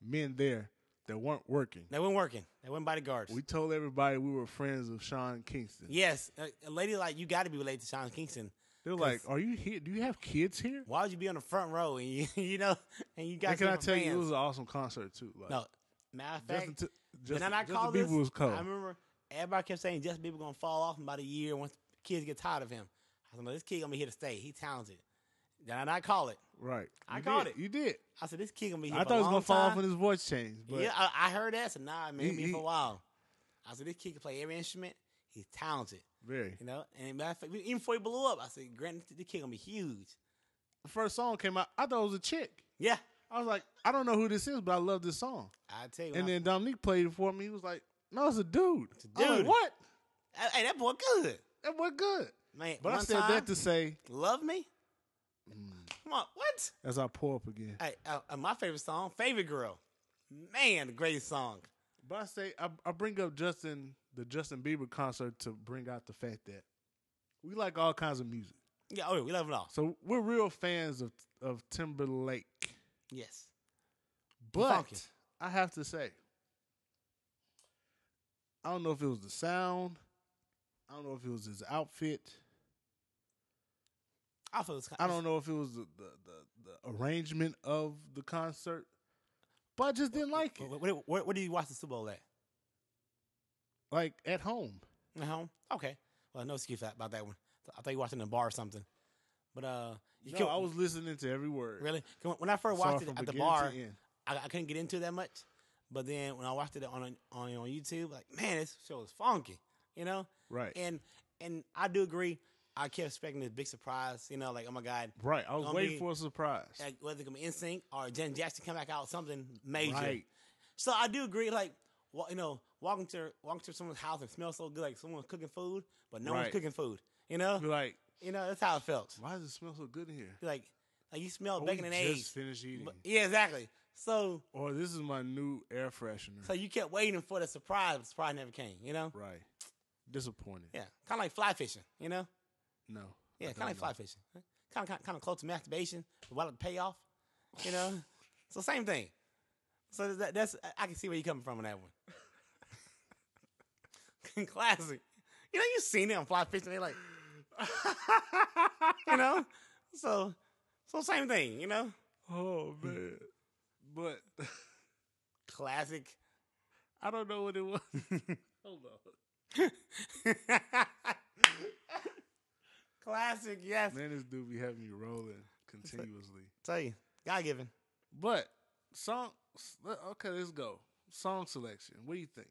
men there that weren't working.
They weren't working. They weren't bodyguards.
We told everybody we were friends of Sean Kingston.
yes, a- a lady like you got to be related to Sean Kingston.
They were like, "Are you here? Do you have kids here?"
Why would you be on the front row and you, you know and you got?
And can I
different
tell you, it
fans?
was an awesome concert too. Like,
no matter of fact.
Justin, t-
when
Justin,
I
Justin
called
Bieber
this,
was cold.
I remember everybody kept saying Justin Bieber gonna fall off in about a year once kids get tired of him. I said, no, this kid gonna be here to stay. He talented. Did I not call it?
right?
I
You
called
did.
it.
You did.
I said this kid gonna be here.
I
for
thought
a
he was
long
gonna fall off
time.
when his voice changed, but
yeah, I, I heard that. So nah, man,
He-
he, been here
he-
for a while. I said this kid can play every instrument. He's talented.
very.
You know, and matter of fact, even before he blew up, I said, Grant, the kid gonna be huge.
The first song came out. I thought it was a chick.
Yeah,
I was like, I don't know who this is, but I love this song.
I tell you.
And
when
then Dominique played it for me. He was like, No, it's a dude.
a
I'm like,
dude.
what?
I, hey, that boy good,
That was good.
man.
But I
one
said
time,
that to Mm. say,
love me. Come on, what?
as I pull up again.
Hey, uh, uh, my favorite song, favorite girl, man, the greatest song.
But I say, I, I bring up Justin, the Justin Bieber concert to bring out the fact that we like all kinds of music.
Yeah, oh, yeah, we love it all.
So we're real fans of, of Timberlake.
Yes,
But
funky.
I have to say, I don't know if it was the sound, I don't know if it was his outfit.
I feel it's kind
I don't know if it was the, the, the, the arrangement of the concert, but I just didn't like it.
Where, where, where, where do you watch the Super Bowl at?
Like at home.
At home. Uh-huh. Okay. Well, no excuse that- about that one. I thought you watching in a bar or something. But uh, you
No,
can't-
I was listening to every word.
really 'Cause when- when I first
Saw
watched it
from
at the
beginning
bar.
to end.
I, I couldn't get into it that much. But then when I watched it on on on YouTube, like man, this show is funky, you know.
Right.
And and I do agree. I kept expecting this big surprise, you know, like oh my god,
right. I was
gonna
waiting
be-
for a surprise.
like whether it could be NSYNC or Jen Jackson come back out with something major.
Right.
So I do agree. Like wa- you know, walking to walking to someone's house and smell so good, like someone's cooking food, but no
Right.
one's cooking food. You know,
You're like,
you know that's how it felt.
why does it smell so good in here?
Like, like you smell
Oh,
bacon
we
and
just
eggs.
finished eating.
But- yeah, exactly. So,
or this is my new air freshener.
so you kept waiting for the surprise, but the surprise never came. You know,
right. Disappointed.
yeah, kind of like fly fishing. You know,
No.
yeah,
I
kind of like
don't
fly fishing. Kind of, kind of close to masturbation, but what it pay off. You know, so same thing. So that, that's I- I can see where you're coming from on that one. Classic. You know, you seen them fly fishing. They like, you know, so so same thing. You know,
know. Oh man. But
classic.
I don't know what it was. Hold on.
Classic, yes.
Man, this dude be having you rolling continuously.
Tell you, God given.
But song s- le- okay, let's go. Song selection. What do you think?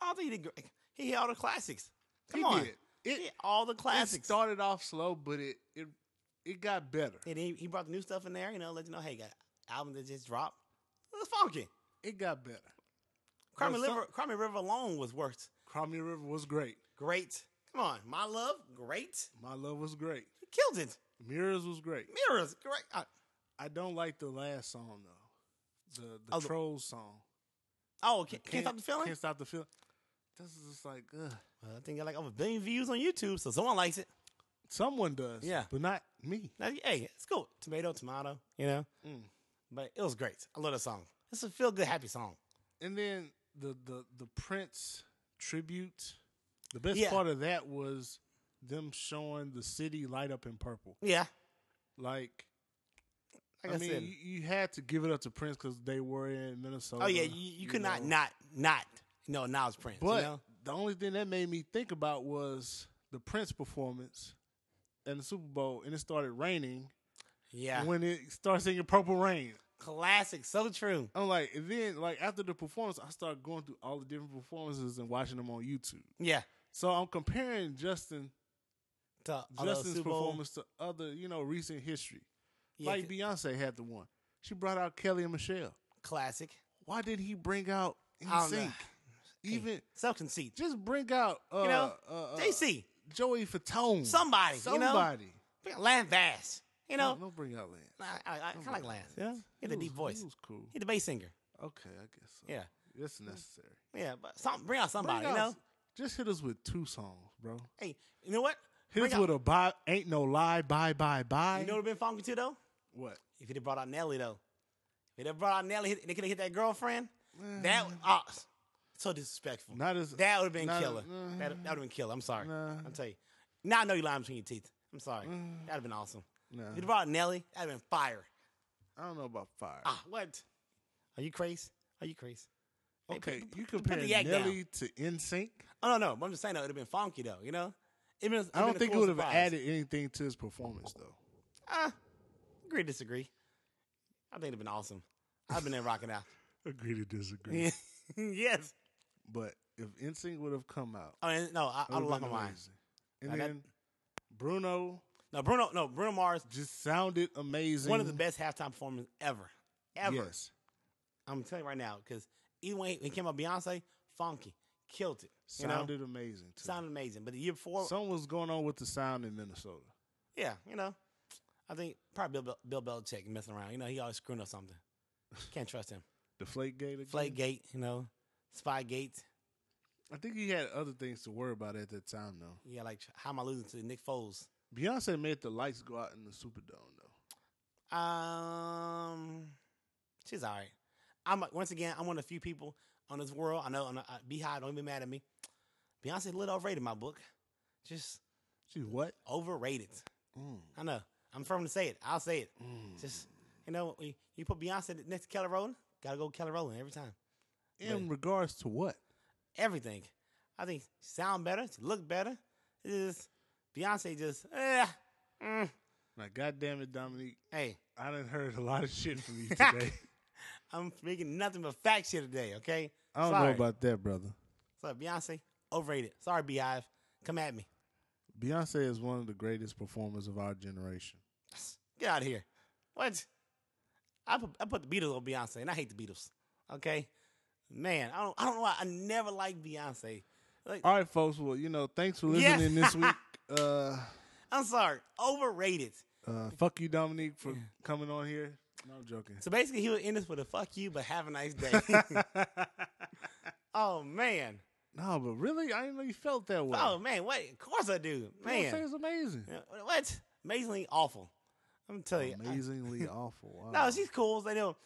I think he did great. He hit all the classics. Come
He
on,
did.
He
It,
hit all the
it
classics.
started off slow, but it it it got better.
and he, he brought the new stuff in there. You know, let you know, hey, got album that just dropped. It was funky.
It got better.
Crime
Well, some-
River, Crime River alone was worth
Crimea River was great.
great. Come on, my love, great.
My love was great.
He killed it.
Mirrors was great.
Mirrors, great. Uh,
I don't like the last song though. The the
Oh, the-
trolls song.
oh, can't, can't, stop the feeling.
Can't stop the feeling. This is just like ugh.
Well, I think got like over a billion views on YouTube, so someone likes it.
someone does.
Yeah.
but not me.
Now, hey, it's cool. Tomato, tomato. You know,
Mm.
but it was great. I love that song. It's a feel good, happy song.
And then the the the Prince tribute. The best
Yeah.
part of that was them showing the city light up in purple.
Yeah,
Like
like
I,
I,
mean,
said.
you, you had to give it up to Prince because they were in Minnesota.
oh yeah, you, you could not
Uh, know.
not not no knowledge Prince.
But
you know?
the only thing that made me think about was the Prince performance and the Super Bowl, and it started raining
yeah,
when it started singing "Purple Rain."
classic, so true.
I'm like, and then like after the performance, I started going through all the different performances and watching them on YouTube.
Yeah,
So I'm comparing Justin
to although
Justin's
Super Bowl-
performance to other, you know, recent history.
yeah,
like Beyonce had the one. She brought out Kelly and Michelle.
classic.
Why did he bring out
I don't know.
NSYNC? Even
Self conceit.
just bring out uh,
You know,
uh, uh,
JC,
Joey Fatone.
Somebody, you know?
Somebody.
Land Bass. You know,
No, don't bring out Lance.
I, I, I kind of like Lance. Yeah, he had a
Oh, He was-
deep voice.
He was cool.
He the bass singer.
Okay, I guess so.
Yeah,
That's necessary.
yeah. But some, bring out
Bring
somebody. you
out-
know,
Just hit us with two songs, bro.
hey, you know what?
Hit
Bring
us
out-
with a bye, ain't no lie, bye, bye, bye.
you know what been funky too though.
what?
If he'd have brought out Nelly though, if he'd have brought out Nelly, they could have hit that girlfriend. That uh, so disrespectful.
Not as
That would have been
Nah,
killer.
nah.
that would have been killer. I'm sorry.
Nah. Mm.
I'll tell you. Now I know you lying between your teeth. I'm sorry. That'd have been awesome.
Nah.
If you brought Nelly, that'd have been fire.
I don't know about fire.
Ah, what? Are you crazy? Are you crazy? Hey,
okay,
put-
you
put- put
compare
the yak down.
Nelly to NSYNC.
Oh no, no. But I'm just saying though, it'd have been funky though. You know, it been,
I don't
been a
think
cool
it would have
surprise.
added anything to his performance though.
Ah, agree, to disagree. I think it'd have been awesome. I've been there rocking out.
Agree to disagree.
yes.
But if NSYNC would have come out,
Oh and, no, I,
it
I
would've
love
been
mine.
amazing. And
Now that-
then Bruno
No, Bruno. No, Bruno Mars.
just sounded amazing.
One of the best halftime performances ever, ever.
Yes.
I'm telling you right now, because even when he- he came out, Beyonce, funky, killed it. You know,
Sounded amazing. Too.
sounded amazing. But the year before,
Something was going on with the sound in Minnesota.
yeah, you know, I think probably Bill, Bill Belichick messing around. You know, he always screwing up something. Can't trust him.
The Flake Gate. again?
Flagate, you know, Spygate.
I think he had other things to worry about at that time though.
Yeah, like how am I losing to Nick Foles?
Beyonce made the lights go out in the Superdome though.
Um, she's all right. I'm once again, I'm one of the few people on this world. I know, I'm not, I, Beehive, don't be mad at me. Beyonce's a little overrated in my book. Just
She's what?
overrated.
Mm,
I know. I'm firm to say it. I'll say it.
mm.
Just you know, when you put Beyonce next to Kelly Rowland, gotta go Kelly Rowland every time.
In regards to what?
Everything. I think she sound better, she look better. It's just Beyonce just eh, mm.
Now, goddamn it, Dominique,
hey.
I done heard a lot of shit from you today.
I'm speaking nothing but facts here today, okay?
I don't
Sorry.
know about that, brother.
Sorry, Beyonce, overrated. Sorry, Beehive. Come at me.
Beyonce is one of the greatest performers of our generation.
Get out of here. What? I put, I put the Beatles on Beyonce, and I hate the Beatles. Okay? Man, I don't I don't know why I never liked Beyonce. Like
All right, folks. Well, you know, thanks for
Yes.
listening this week. Uh,
I'm sorry, overrated.
uh, fuck you, Dominique, for coming on here. No, I'm joking.
So basically, he would end this with a "fuck you," but have a nice day. oh man,
No, but really, I didn't know you felt that way.
oh man, what? Of course I do,
Beyonce
man.
is amazing.
Yeah, What? Amazingly awful. I'm telling you, I-
Amazingly awful. Wow.
No, she's cool. So, you know,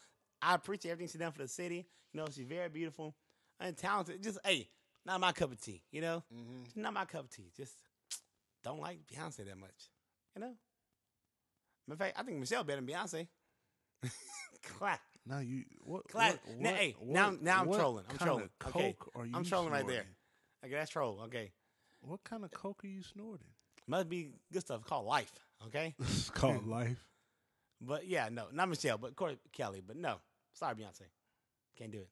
I appreciate everything she's done for the city. You know, she's very beautiful and talented. Just hey, not my cup of tea. You know,
Mhm.
She's not my cup of tea. Just don't like Beyonce that much. You know. In fact, I think Michelle better than Beyonce. Clap.
Now you what?
Clap.
what-
Now,
what-
hey,
what-
now- now I'm
what
trolling. I'm
kinda
trolling.
Coke
Okay.
are you
I'm trolling right there.
snorting?
Okay, that's troll. Okay,
What kind of coke are you snorting?
must be good stuff called life. Okay,
It's called life.
but yeah, no, not Michelle, but Corey Kelly. But no, sorry, Beyonce, can't do it.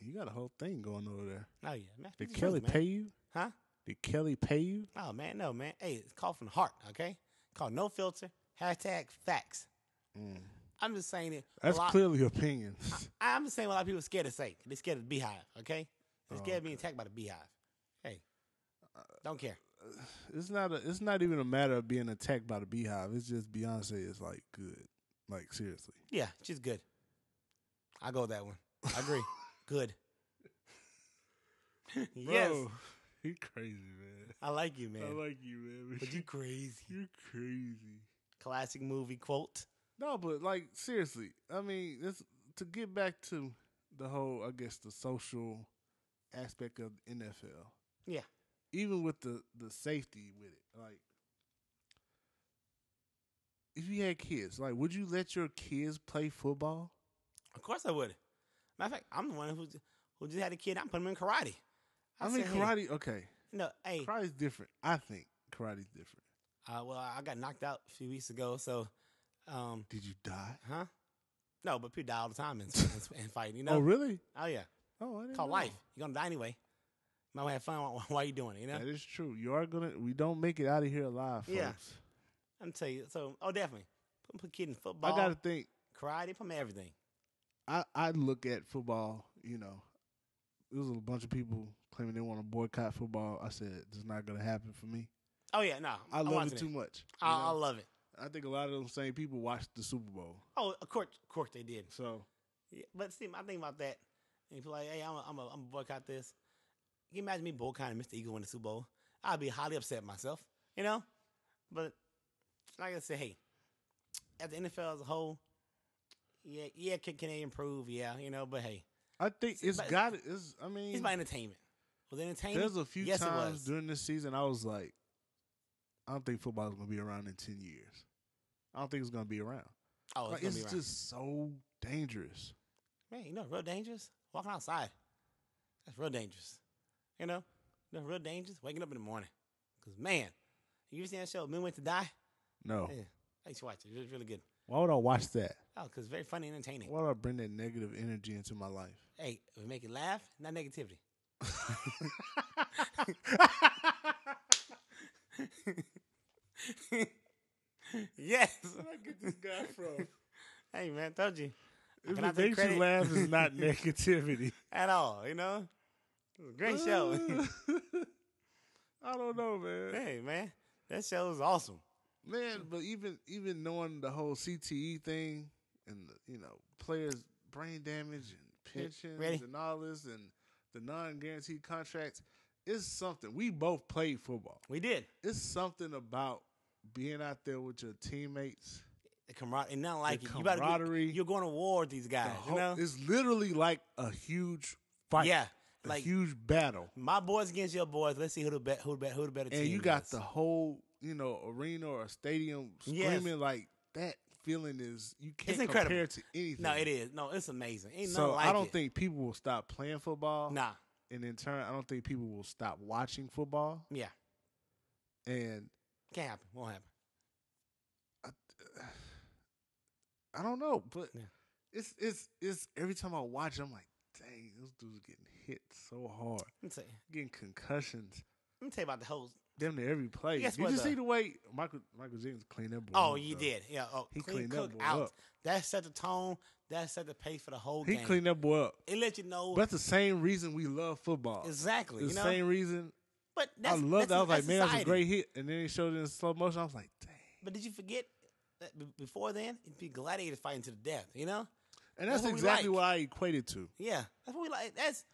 You got a whole thing going over there.
Oh yeah, man.
Did
speak the
Kelly
truth, man.
pay you?
Huh?
Did Kelly pay you?
Oh man, no man. Hey, it's called from the heart, okay? Called no filter. Hashtag facts.
Mm.
I'm just saying it.
That's
a lot,
clearly opinions.
I'm just saying what a lot of people are scared to say. They're scared of the beehive, okay? They're
Oh, Uh,
scared of being attacked by the beehive. Hey, don't care.
it's not a, it's not even a matter of being attacked by the beehive. It's just Beyonce is like good. Like seriously.
Yeah, she's good. I go with that one. I agree. good. yes,
Bro, you crazy, man.
I like you, man.
I like you, man.
but you crazy.
you're crazy.
Classic movie quote.
No, but like seriously, I mean, this to get back to the whole, I guess, the social aspect of NFL.
Yeah.
Even with the the safety with it, like if you had kids, like would you let your kids play football?
Of course I would. Matter of fact, I'm the one who who just had a kid. I'm putting him in karate.
I, mean,
said, hey,
karate. Okay,
No, hey,
karate's different. I think karate's different.
Uh, well, I got knocked out a few weeks ago, so, um,
Did you die?
huh? No, but people die all the time in, in, in fighting, you know?
Oh, really?
Oh, yeah.
Oh, I didn't
Call
know.
life. You're going to die anyway. Might wanna have fun while, while you doing it, you know?
That is true. You are gonna. We don't make it out of here alive, folks.
Yeah. I'm tell you. So, oh, definitely. Put, put kid in football,
I gotta think.
karate, put him in everything.
I, I look at football, you know, there was a bunch of people claiming they want to boycott football. I said, it's not going to happen for me.
Oh, yeah, no.
I
I'm
love
watching
it too much. you
I, I
know?
love it.
I think a lot of those same people watched the Super Bowl.
Oh, of course, of course they did.
So,
Yeah, but see, my thing about that, and if you're like, hey, I'm a, I'm a, I'm a boycott this. Can you imagine me boycotting Mr. Eagle in the Super Bowl? I'd be highly upset myself, you know. But like I said, hey, at the NFL as a whole, yeah, yeah, can, can they improve? Yeah, you know. But hey,
I think
It's
it's
about-
got it. It's, I
it's
mean,
about entertainment. Was it entertainment?
there's a few
Yes, it was.
times during this season I was like, I don't think football's going to be around in 10 years. I don't think it's going to be around.
oh,
Like,
it's, gonna
it's
be around.
just so dangerous.
man, you know, real dangerous. Walking outside, that's real dangerous. You know, you know, real dangerous. Waking up in the morning, cause man, you ever seen that show Men Went to Die?
No.
Yeah, I used to watch it. It was really good.
Why would I watch that?
Oh, because very funny and entertaining.
Why would I bring that negative energy into my life?
Hey, we make you laugh, not negativity. yes.
I get this guy from?
Hey, man, told you. I
If
cannot
it
take
makes
credit
you laugh, it's not negativity.
at all, you know? It was a great show.
I don't know, man.
hey, man, that show was awesome.
Man, but even even knowing the whole CTE thing and the, you know players' brain damage and
Re-
pensions
ready?
and all this and the non-guaranteed contracts, it's something. We both played football.
We did.
It's something about being out there with your teammates.
The camar- and nothing like
The
it. You about to go-
camaraderie.
you're going to war with these
The
guys,
whole-
you know?
It's literally like a huge fight.
Yeah.
a
Like,
huge battle.
my boys against your boys. Let's see who the, be- who the, be- who the better team
and you got
is.
the whole you know arena or stadium
Yes.
screaming like that feeling is you can't
incredible.
compare it to anything.
No, it is. No, it's amazing. Ain't
So
nothing like
I don't
it.
think people will stop playing football,
Nah.
and in turn, I don't think people will stop watching football.
Yeah.
And
Can't happen. Won't happen.
I don't know, but
Yeah.
it's it's it's every time I watch, I'm like, dang, this dude's getting hit so hard,
Let me tell you.
getting concussions.
Let me tell you about the whole
damn near every play.
Guess
you
what,
just
though?
see the way Michael Michael Jenkins cleaned that boy.
Oh,
up,
you
though.
did. Yeah. Oh,
He
clean
cleaned that
cook
boy
out.
up.
That set the tone. That set the pace for the whole
He
game.
cleaned that boy up.
it let you know
But that's the same reason we love football.
exactly.
the
you know.
same reason.
but that's,
I love
that's,
that. I was like,
that's
man, that's a
society.
great hit. And then he showed it in slow motion. I was like, dang.
But did you forget that b- before then it'd be gladiators fighting to the death? You know.
And that's,
That's what we
exactly
like.
what I equated to.
Yeah, that's what we like. That's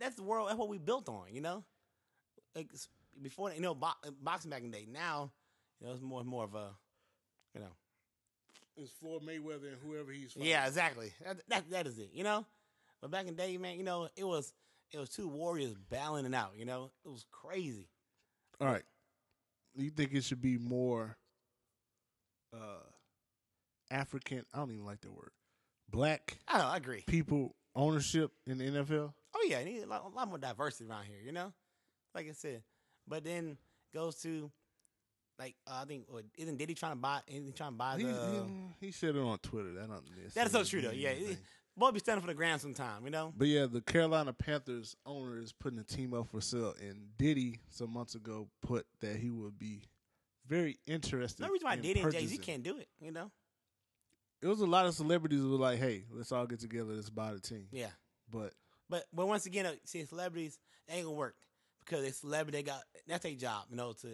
that's the world. That's what we built on. You know, like s- before you know bo- boxing back in the day. Now, you know, it's more more of a, you know.
It's Floyd Mayweather and whoever he's
Yeah, exactly. That, that that is it. You know, but back in the day, man, you know, it was it was two warriors battling it out. You know, it was crazy.
All right. You think it should be more uh African? I don't even like that word. Black
I know. I agree.
people ownership in the NFL.
Oh yeah, need a lot, a lot more diversity around here. You know, like I said. But then goes to like uh, I think what, isn't Diddy trying to buy? Isn't he trying to buy
He,
the?
he, he said it on Twitter. That don't necessarily
That's so true though.
mean
Yeah,
anything.
boy, be standing for the ground sometime. You know.
But yeah, the Carolina Panthers owner is putting a team up for sale, and Diddy some months ago put that he would be very interested.
No reason why
in
Diddy and Jay Z
purchasing.
can't do it. You know.
It was a lot of celebrities who were like, "Hey, let's all get together, let's buy the team."
Yeah.
But
But but once again, uh, see, celebrities they ain't gonna work because they celebrity. They got that's their job. You know to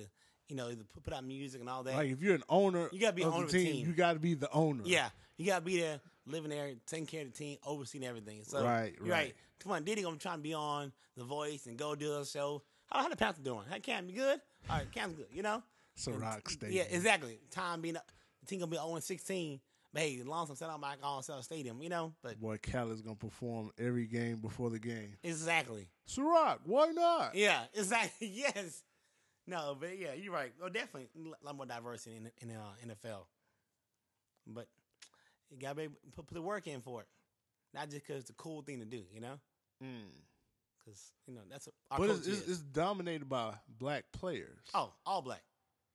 you know to put out music and all that.
like, if you're an owner,
You gotta be
of
owner
the
of the
team,
team.
You got to be the owner.
yeah, you gotta be there, living there, taking care of the team, overseeing everything. So
Right,
you're
right.
Come on, Diddy gonna try to be on The Voice and go do a show. How how the Panther doing? How Cam, you good? All right, Cam's good. You know.
it's a rock stadium.
Yeah, exactly. Time being up, the team gonna be 0 16. But hey, as long as I'm set out my on sell stadium, you know. But
Boy, Cal is gonna perform every game before the game.
exactly,
It's a rock. Why not?
yeah, exactly. Yes, no, but yeah, you're right. Oh, definitely a lot more diversity in the- in the, uh, NFL. But you gotta be, put, put the work in for it, not just because it's a cool thing to do, you know.
Mm.
Because you know that's what our
But
culture
it's, it's,
is.
it's dominated by black players.
oh, all black.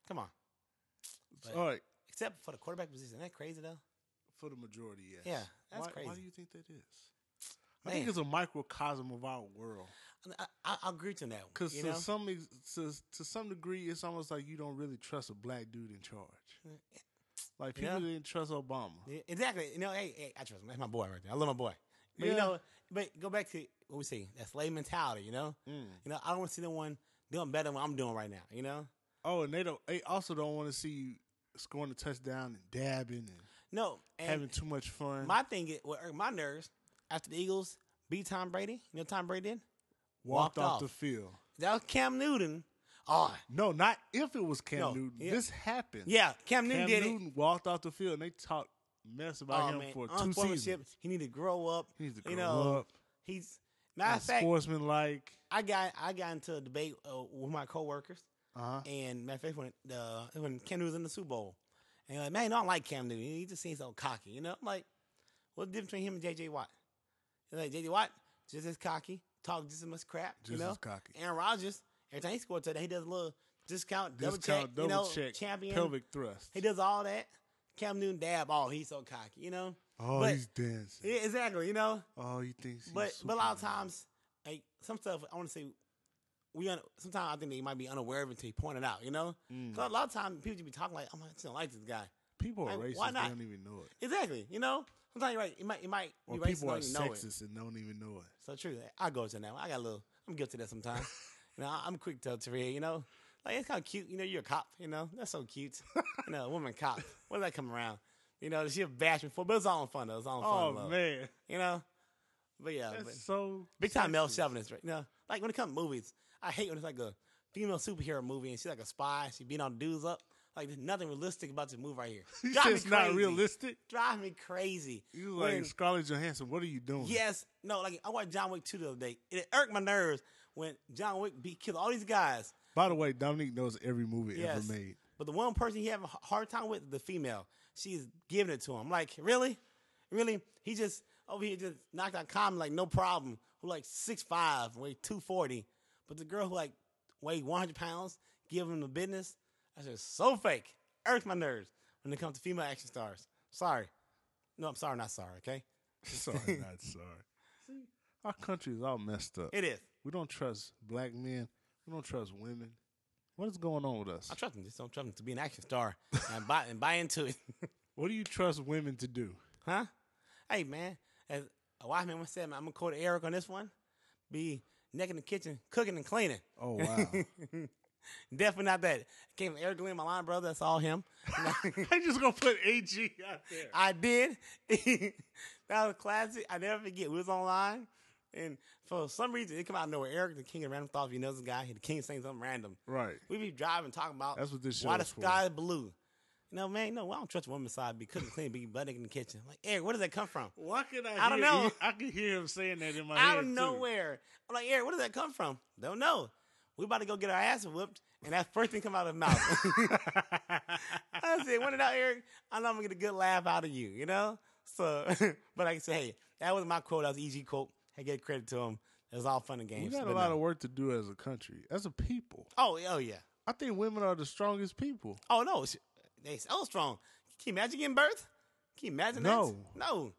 Come on, but-
all right.
except for the quarterback position. Isn't that crazy though?
For the majority, yes.
Yeah, that's
why, Why
crazy.
do you think that is? I
Man.
think it's a microcosm of our world.
I, I, I agree with you on that. one,
Because
You
to
know?
some ex- to, to some degree, it's almost like you don't really trust a black dude in charge. Like people
Yeah.
didn't trust Obama.
Yeah, exactly. You know, hey, hey, I trust him. That's my boy right there. I love my boy. But
Yeah.
you know, but go back to what we say, that slave mentality, you know?
Mm.
You know, I don't want to see no one doing better than what I'm doing right now, you know?
Oh, and they don't. They also don't want to see you scoring a touchdown and dabbing and
No.
having
And
too much fun.
my thing is what irked my nerves after the Eagles beat Tom Brady, you know what Tom Brady did?
walked,
walked
off,
off.
the field.
That was Cam Newton. Oh
No, not if it was Cam
No,
Newton.
yeah.
This happened.
yeah, Cam
Cam
Newton did it.
Newton walked off the field and they talked mess about
Oh
him
man,
for two
unsportsmanship.
seasons.
He need to grow up.
He needs to
you
grow
know,
up.
He's matter of fact,
Sportsman like.
I got I got into a debate uh, with my coworkers.
Uh-huh.
And matter of fact, when uh, when Cam Newton was in the Super Bowl, and they're like, man, I don't like Cam Newton. He just seems so cocky. You know, I'm like, what's the difference between him and JJ Watt? They're like JJ Watt just as cocky, talk just as much crap. you
Just
know,
as cocky.
Aaron Rodgers, every time he scores today, he does a little discount, double
Discount,
check, you know,
check,
champion.
pelvic thrust.
He does all that. Cam Newton dab, oh, he's so cocky. You know,
oh,
but-
he's dancing.
yeah, exactly. You know,
Oh, he thinks. He's
but but a lot of
Superman.
times, like some stuff, I want to say we un- sometimes I think they might be unaware of it until you point it out. You know,
Mm.
so a lot of times people just be talking like, "I'm like, I just don't like this guy."
people are
like,
racist.
why
They
not?
don't even know it.
Exactly. You know, sometimes you're right. It might it might
Or
be racist.
people are
don't even know it.
sexist and don't even know it.
So true. I go to that. I got a little. I'm guilty of that sometimes. you know, I- I'm quick to to read. You know, like it's kind of cute. You know, you're a cop. You know, that's so cute. you know, a woman cop. What did that come around? You know, she'll bash me for, but it's all in fun though. It's all in fun.
Oh
love.
man,
You know, but yeah, but-
that's so
Big time male
sexist.
chauvinist, right? You know, like when it comes to movies, I hate when it's like a female superhero movie and she's like a spy, she beating all the dudes up. Like there's nothing realistic about this movie right here.
You
Drive
said
me
it's not
crazy.
realistic.
Drive me crazy.
You like
When-
Scarlett Johansson. What are you doing?
yes, no, like I watched John Wick 2 the other day. It irked my nerves when John Wick beat killed all these guys.
By the way, Dominique knows every movie
Yes.
ever made.
But the one person he having a h- hard time with, the female, she's giving it to him. Like, really? Really? He just over here just knocked out common, like, no problem. Who like six five, weigh two forty. But the girl who like weighed one hundred pounds, give him the business. That's just so fake. Irks my nerves when it comes to female action stars. Sorry. No, I'm sorry, not sorry, okay?
sorry, not sorry. See, our country is all messed up.
It is.
We don't trust black men. We don't trust women. What is going on with us?
I trust him. Just don't trust him to be an action star and buy and buy into it,
What do you trust women to do?
huh? Hey man, as a wise man once said, man, I'm gonna quote Eric on this one: be naked in the kitchen, cooking and cleaning.
Oh wow!
Definitely not that. Came from Eric Glenn, my line brother. That's all him.
I'm just gonna put AG out there.
I did. that was classic. I never forget. We was online, and for some reason, it come out of nowhere. Eric, the king of random thoughts, if you know this guy, he the king of saying something random.
right.
We be driving, talking about
That's what this show
why the
is for.
sky is blue. You know, man, no, I don't trust women's side. Be cooking, clean, be butt naked in the kitchen. Like, Eric, where does that come from?
Why could I?
I don't
hear-
know.
I can hear him saying that in my head.
Out of
too.
nowhere. I'm like, Eric, where does that come from? Don't know. We about to go get our ass whooped, and that first thing come out of his mouth. I said, when it out, Eric, I know I'm gonna get a good laugh out of you, you know? So but I can say, hey, that was my quote, that was an easy quote. I give credit to him. It was all fun and
we
games.
got a
but
lot
no.
of work to do as a country, as a people.
Oh, yeah, oh yeah.
I think women are the strongest people.
Oh no, it's- they so strong. Can you imagine getting birth? Can you imagine
No.
that? No.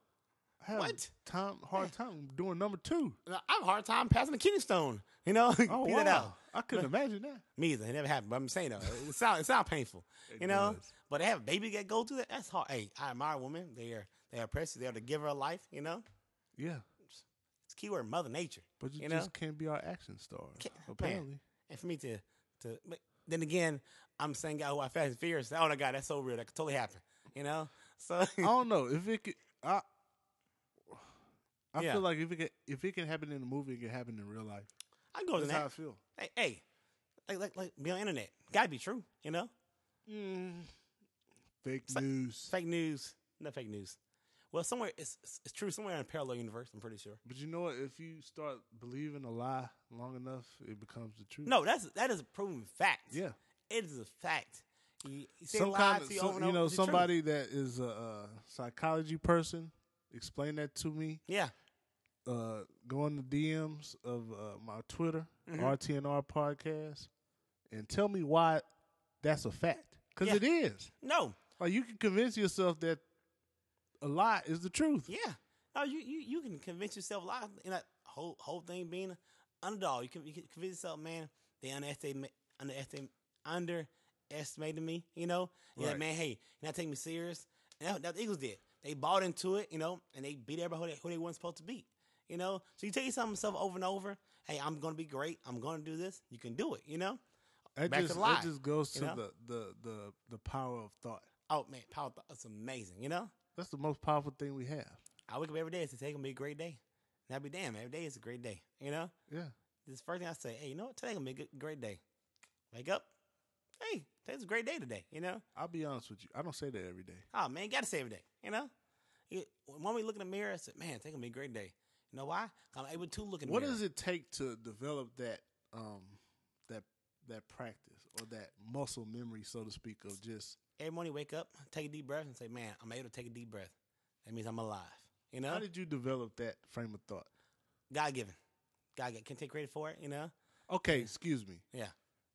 I have
What?
Time hard time doing number two.
No. I have a hard time passing the kidney stone. You know?
Oh
Beat it out.
wow! I couldn't imagine that.
Me either. It never happened. But I'm saying though, it sound it sound painful.
It
you know.
does.
But to have a baby that go through that, that's hard. Hey, I admire women. They are they are precious. They are the giver of life, you know?
Yeah,
It's keyword mother nature.
but you,
You
just
know?
can't be our action star.
Can't- man.
Apparently,
And for me to, to but then again, I'm saying guy who I Fast and Furious. Oh my God, that's so real. That could totally happen. You know. So
I don't know if it could. I I
Yeah.
feel like if it could, if it can happen in a movie, it can happen in real life.
I go to
That's how I
Oh, that.
feel.
Hey, hey, like like like be on the internet. Gotta be true. You know.
Fake
Mm. like-
news.
Fake news. No fake news. Well, somewhere it's it's it's true. Somewhere in a parallel universe. I'm pretty sure.
But you know what? If you start believing a lie long enough, it becomes the truth.
No, that's that is a proven fact.
Yeah.
it is a fact. You, you say
Some
lies
kind
to
of,
you,
some-
over and
you
over,
know,
it's the truth.
somebody that is a, uh psychology person. Explain that to me.
Yeah.
Uh, go on the DMs of uh, my Twitter,
Mm-hmm.
RTNR podcast, and tell me why that's a fact. Because
Yeah.
it is.
No.
Like you can convince yourself that a lie is the truth.
Yeah. No, you, you, you can convince yourself a lot in that whole whole thing being an underdog. You can, you can convince yourself, man, they underestimated underestimated underestimated me, you know? Yeah,
Right.
man, hey, you're not taking me serious. And that, that the Eagles did. They bought into it, you know, and they beat everybody who they, who they weren't supposed to beat. You know? So you tell yourself yourself over and over, hey, I'm gonna be great, I'm gonna do this, you can do it, you know?
That
Back to
just
the lie,
that just goes
you
to
know?
the, the the the power of thought.
Oh man, power that's amazing, you know?
That's the most powerful thing we have.
I wake up every day and say, today's gonna be a great day. And I'll be damn, every day is a great day, you know?
Yeah.
this first thing I say, hey, you know what? Today's gonna be a good, great day. Wake up. Hey, today's a great day today, you know?
I'll be honest with you. I don't say that every day.
Oh man, gotta say every day, you know? You- When we look in the mirror, I said, man, today's gonna be a great day. You know why? 'Cause I'm able to look in the
What
mirror.
does it take to develop that um that that practice or that muscle memory, so to speak, of just
Every morning, wake up, take a deep breath, and say, man, I'm able to take a deep breath. That means I'm alive, you
how
know?
did you develop that frame of thought?
God given. God given. Can't take credit for it, you know?
Okay, excuse me.
Yeah.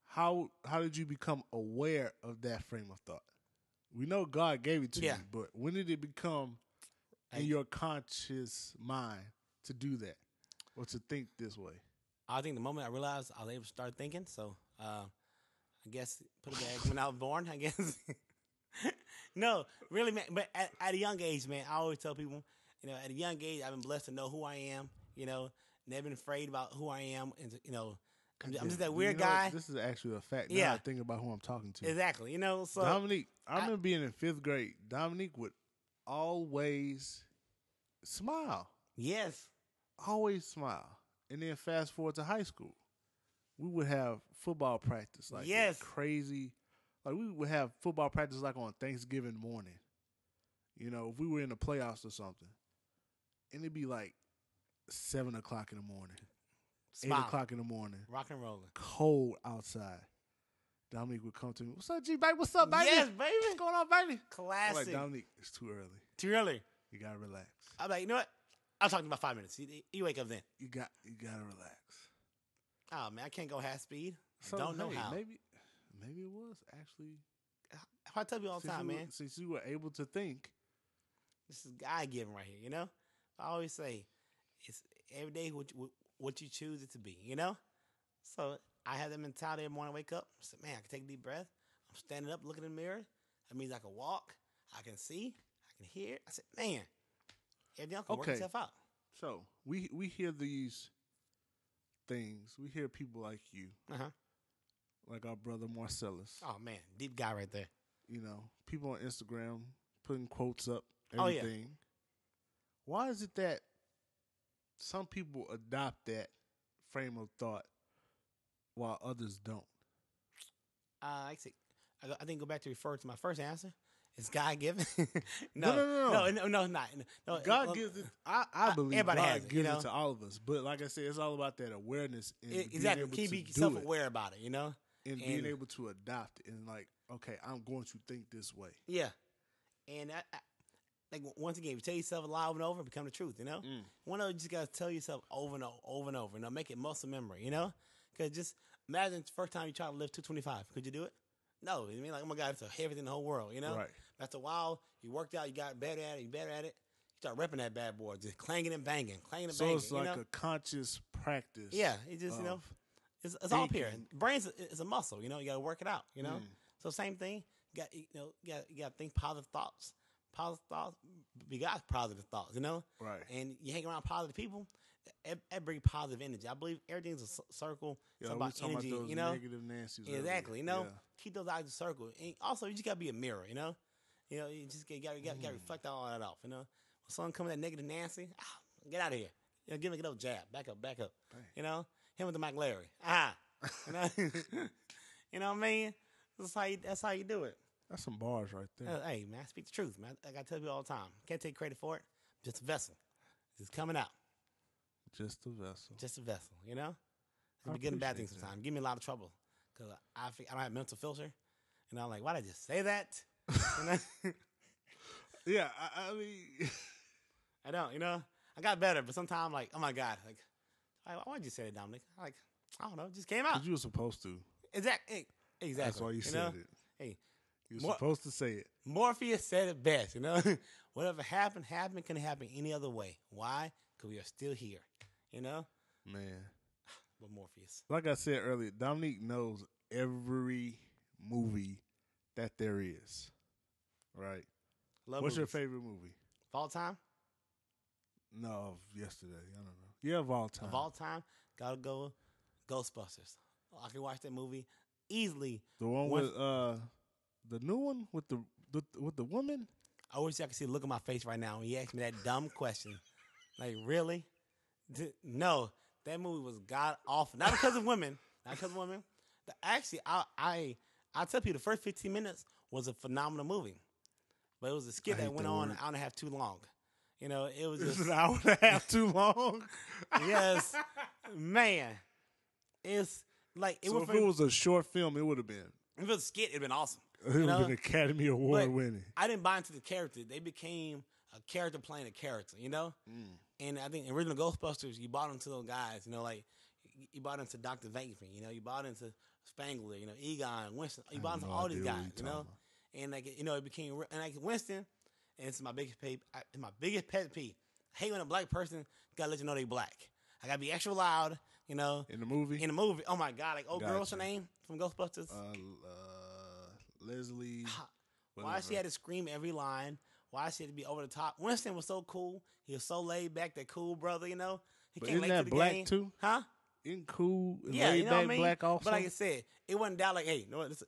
How how did you become aware of that frame of thought? We know God gave it to
Yeah.
you, but when did it become in
I-
your conscious mind to do that or to think this way?
I think the moment I realized I was able to start thinking, so uh, I guess put it back when I was born. I guess no, really, man. But at, at a young age, man, I always tell people, you know, at a young age, I've been blessed to know who I am. You know, never been afraid about who I am, and you know, I'm just, I'm just
Yeah.
that weird
You know,
guy.
This is actually a fact. Yeah.
Yeah.
I think about who I'm talking to.
Exactly, you know. So
Dominique, I
I-
remember being in fifth grade. Dominique would always smile,
yes,
always smile. And then fast forward to high school, we would have football practice like
Yes.
crazy. Like we would have football practice like on Thanksgiving morning. You know, if we were in the playoffs or something, and it'd be like seven o'clock in the morning,
smile,
eight o'clock in the morning,
rock and rolling.
cold outside. Dominique would come to me. What's up, G baby? What's up, baby?
Yes, baby.
What's going on, baby? I'm
Classic.
like Dominique, it's too early.
Too early.
You gotta relax.
I'm like, you know what? I'll talk to you about five minutes. You, you wake up then.
You got you gotta relax.
Oh man, I can't go half speed.
So,
Don't know
hey,
how.
Maybe maybe it was actually
I tell you all the
since
time,
you were-
man.
Since you were able to think,
This is God given right here, you know. I always say, it's every day what you, what you choose it to be, you know. So I had that mentality every morning I wake up. I said, man, I can take a deep breath. I'm standing up, looking in the mirror. That means I can walk, I can see, I can hear. I said, man, everything else can work
Okay.
itself out.
So we we hear these things. We hear people like you,
Uh-huh.
like our brother Marcellus.
Oh man, deep guy right there.
You know, people on Instagram putting quotes up.
Oh, yeah.
Everything. Why is it that some people adopt that frame of thought while others don't?
Uh, I see. I, go- I think go back to refer to my first answer. It's God given.
No, no, no, no.
no, no, no, it's not. No,
God
Uh, well, e,
gives it. I, I believe
everybody
God
has it, you
gives
know?
it to all of us. But like I said, it's all about that awareness and
it-
being
exactly.
able
Can you
to
be
do
self
it.
aware about it? You know.
and being
And-
able to adopt it and like, okay, I'm going to think this way.
Yeah. And I, I, like w- once again, if you tell yourself a lie over and over, it become the truth. You know.
Mm.
One of you just gotta tell yourself over and over, over and over. You know, make it muscle memory. You know, because just imagine the first time you try to live two twenty five. Could you do it? No. I mean, like oh my god, it's the heaviest in the whole world. You know.
Right.
After a while, you worked out, you got better at it, you better at it. You start repping that bad boy, just clanging and banging, clanging and
So
banging.
it's like
you know?
a conscious practice.
yeah, it just you know,
of-
it's, it's all here.
thinking.
Brains i- is a muscle, you know. You got to work it out, you know.
Mm.
So same thing. You got you know, you got you got to think positive thoughts. Positive thoughts begot positive thoughts, you know.
Right.
And you hang around positive people, that, that brings positive energy. I believe everything's a c- circle.
Yeah,
It's
we
about
was
energy,
those
you know.
negative Nancy's. earlier.
Exactly. You know,
Yeah.
keep those eyes in circle. And also, you just gotta be a mirror. You know, you know, you just gotta gotta, gotta,
Mm.
gotta reflect all that off. You know, when someone come with that negative Nancy, ah, get out of here. You know, give him a good old jab. Back up. Back up.
Dang.
You know, him with the Mike Larry. Ah, you know, you know what I mean. That's how you. That's how you do it.
That's some bars right there.
Uh, Hey man, I speak the truth, man. Like I tell you all the time, can't take credit for it. Just a vessel. It's coming out.
Just the vessel.
Just a vessel. You know, it
I
can be good and bad
appreciate
things
that.
sometimes. Give me a lot of trouble because I think I don't have mental filter, and I'm like, why did I just say that? You know?
yeah, I, I mean,
I don't, you know. I got better, but sometimes like, oh my god, like, why, why did you say that, Dominic? I'm like, I don't know, it just came out.
you were supposed to.
exactly, Ah. exactly.
That's why you,
know?
said it.
Hey,
you were
Mor-
supposed to say it.
Morpheus said it best, you know. Whatever happened, happened. Can happen any other way. Why? Because we are still here, you know.
Man.
But Morpheus,
Like I said earlier, Dominique knows every movie that there is. Right?
love
What's your
movies.
favorite movie?
of all time?
No, of yesterday. I don't know. Yeah, of all time.
Of all time, gotta go Ghostbusters. I can watch that movie easily.
the one
One-
with uh the new one with the with, with the woman?
I wish y'all could see the look on my face right now when you asked me that dumb question. Like, really? D- no, that movie was god awful. Not because of women, not because of women. The- actually, I, I I tell you, the first 15 minutes was a phenomenal movie, but it was a skit
I hate
that went
that word.
on an hour and a half too long. You know, it was
It's
just
an hour and a half too long.
yes, man. It's like it
so
was
if it was a short film, it would have been.
if it was a skit, it'd been awesome.
It would have
know?
been Academy Award
But-
winning.
I didn't buy into the character. They became a character playing a character, you know? And I think original Ghostbusters, you bought into those guys, you know, like you- you bought into Dr. Vankman, you know, you bought into Spangler, you know, Egon, Winston, you
I
bought
have
into
no
all these
idea what
guys,
you're
you
talking
know?
about.
And like, you know, it became, re- and like Winston, and it's my biggest pay, I, my biggest pet peeve. I hate when a black person gotta let you know they black. I gotta be extra loud, you know,
In the movie,
in the movie. Oh my God, like, oh girl, what's her
Gotcha.
name from Ghostbusters?
uh, uh, Leslie.
Why she
whatever.
had to scream every line? Why she had to be over the top? Winston was so cool. He was so laid back, that cool brother, you know. He
But
came
isn't
late
that
the
black
game.
too?
Huh?
In cool, and
Yeah,
laid
you know
back
what I mean.
black also.
But like I said, it wasn't down like, hey, you know what? This,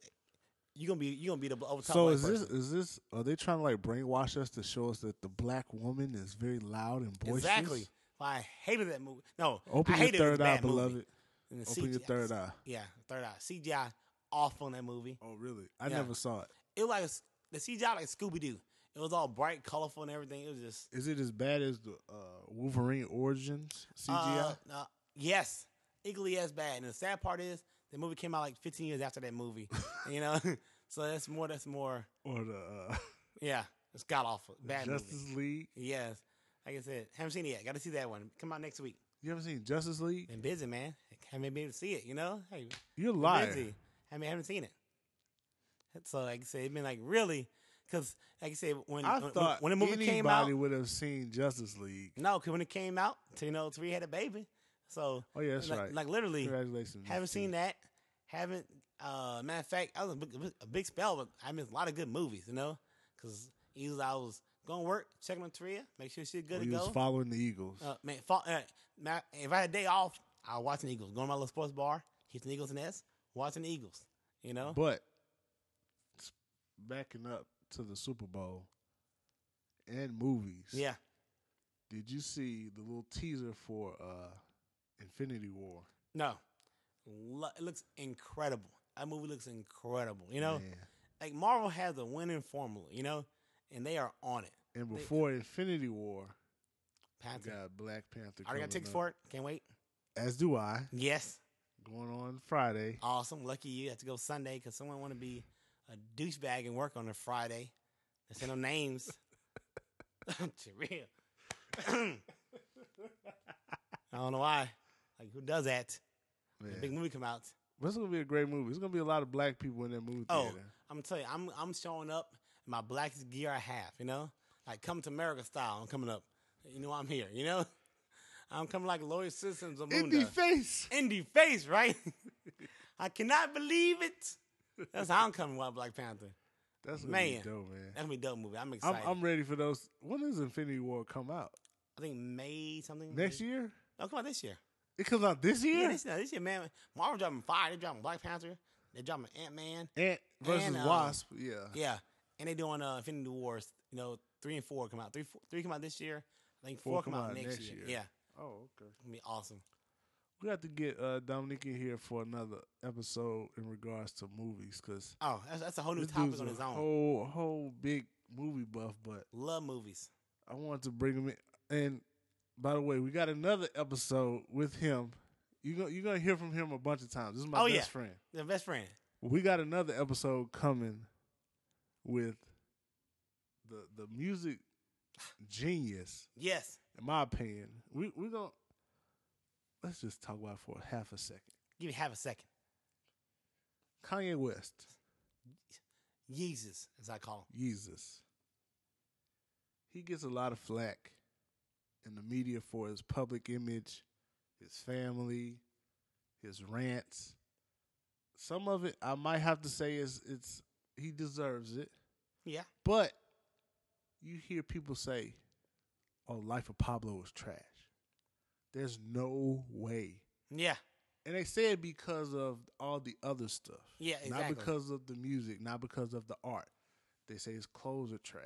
you gonna be you gonna be the over top.
so
black
is this
person.
is this are they trying to like brainwash us to show us that the black woman is very loud and boisterous?
exactly? Why I hated that movie. No,
Open
I
your
hated it. It was
third
a
eye,
bad movie.
beloved.
And the
Open your
CGI
third eye.
Yeah, third eye. CGI awful in that movie.
Oh really? I
Yeah.
never saw it.
It was like a, the CGI like Scooby Doo. It was all bright, colorful, and everything. It was just
Is it as bad as the uh, Wolverine Origins CGI?
Uh, uh, yes, equally as bad. And the sad part is the movie came out like 15 years after that movie. you know, so that's more. That's more.
or the uh,
Yeah, it's god awful. Bad
Justice
movie.
League?
Yes, like I said, haven't seen it yet. Got to see that one. Come out next week.
You ever seen Justice League?
Been busy, man. Haven't been able to see it. You know, hey, been
You're lying.
busy. I mean, haven't seen it. So like I said, it's been like really because like I said, when
I
when,
thought
when the movie
anybody
came out,
would have seen Justice League.
No, because when it came out, to, you know, Three had a baby. So
Oh yeah, that's
like,
right.
like literally
Congratulations.
haven't
Mr.
seen that. Haven't uh matter of fact, I was a big, a big spell, but I missed a lot of good movies, you know? Cause usually I was going to work, checking on Tria, make sure she's
Well,
good to
Oh, you
go.
was following the Eagles.
Uh, man, fall, uh, ma- if I had a day off, I was watching Eagles. Going to my little sports bar, hitting Eagles nest, watching the Eagles. You know,
But s- backing up to the Super Bowl and movies.
yeah.
Did you see the little teaser for uh Infinity War?
No, Lo- it looks incredible. That movie looks incredible. You know,
Man.
like Marvel has a winning formula. You know, and they are on it.
And before Infinity War, we
Panther.
got Black Panther.
Already got tickets for it. Can't wait.
it. As do I.
Yes,
Going on Friday.
awesome. Lucky you have to go Sunday because someone want to be a douchebag and work on a Friday. Let's say no names. Terrell. I don't know why. Like who does that? The big
Man.
movie come out.
But it's gonna be a great movie. It's gonna be a lot of black people in that movie
Oh.
theater.
I'm telling you, I'm I'm showing up in my blackest gear I have, you know? Like come to America style, I'm coming up. You know I'm here, you know? I'm coming like Lloyd Citizens of
Indy
Munda.
face.
Indie face, right? I cannot believe it. That's how I'm coming with Black Panther.
That's gonna
Man.
be dope, man.
That's gonna be a dope movie. I'm
I'm,
excited. i
I'm ready for those. When does Infinity War come out?
think May something.
Next year?
Oh, come on, this year.
It comes out this
Yeah,
year?
this, no, this year, man. Marvel dropping fire. They're dropping Black Panther. They're dropping Ant Man.
Ant versus
And, um,
Wasp. Yeah.
Yeah, and they doing uh, Infinity Wars. You know, three and four come out. Three, four, three come out this year. I think four, come out, next, year. Yeah,
Oh, okay.
it'll be awesome.
We have to get uh, Dominique in here for another episode in regards to movies because
Oh, that's, that's a whole new
this
topic
dude's
on
a
his own.
whole whole big movie buff. But
Love movies.
I wanted to bring him in. And by the way, we got another episode with him. You go, you're gonna hear from him a bunch of times. This is my
Oh,
best
yeah.
friend.
The best friend.
We got another episode coming with the the music genius.
Yes.
in my opinion, we we gonna let's just talk about it for half a second.
Give me half a second.
Kanye West,
Yeezus, as I call him.
Jesus. He gets a lot of flack in the media for his public image, his family, his rants. Some of it I might have to say is it's he deserves it.
Yeah.
But you hear people say, Oh, Life of Pablo is trash. There's no way
Yeah.
and they say it because of all the other stuff.
Yeah,
Not
exactly.
because of the music, not because of the art. They say his clothes are trash.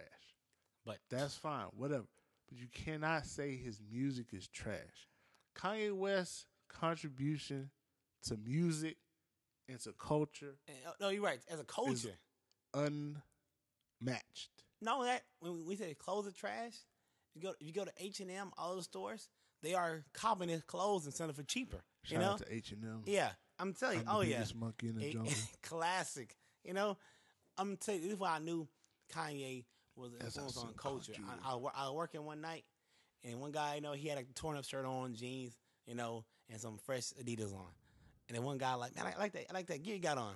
But
That's fine, whatever. But you cannot say his music is trash. Kanye West's contribution to music and to culture
uh, no, you're right. As a culture,
unmatched.
not only that when we say clothes are trash, you go if you go to H and M, all those stores, they are copying his clothes and selling for cheaper.
Shout
You know,
out to H and M.
yeah, I'm telling you, oh yeah,
biggest monkey in the
A-
jungle.
classic. You know, I'm telling you, this is why I knew Kanye was an
That's
influence
awesome
on culture.
culture.
I, I, wor- I was working one night, and one guy, you know, he had a torn up shirt on, jeans, you know, and some fresh Adidas on. And then one guy like, man, I like that, I like that gear you got on.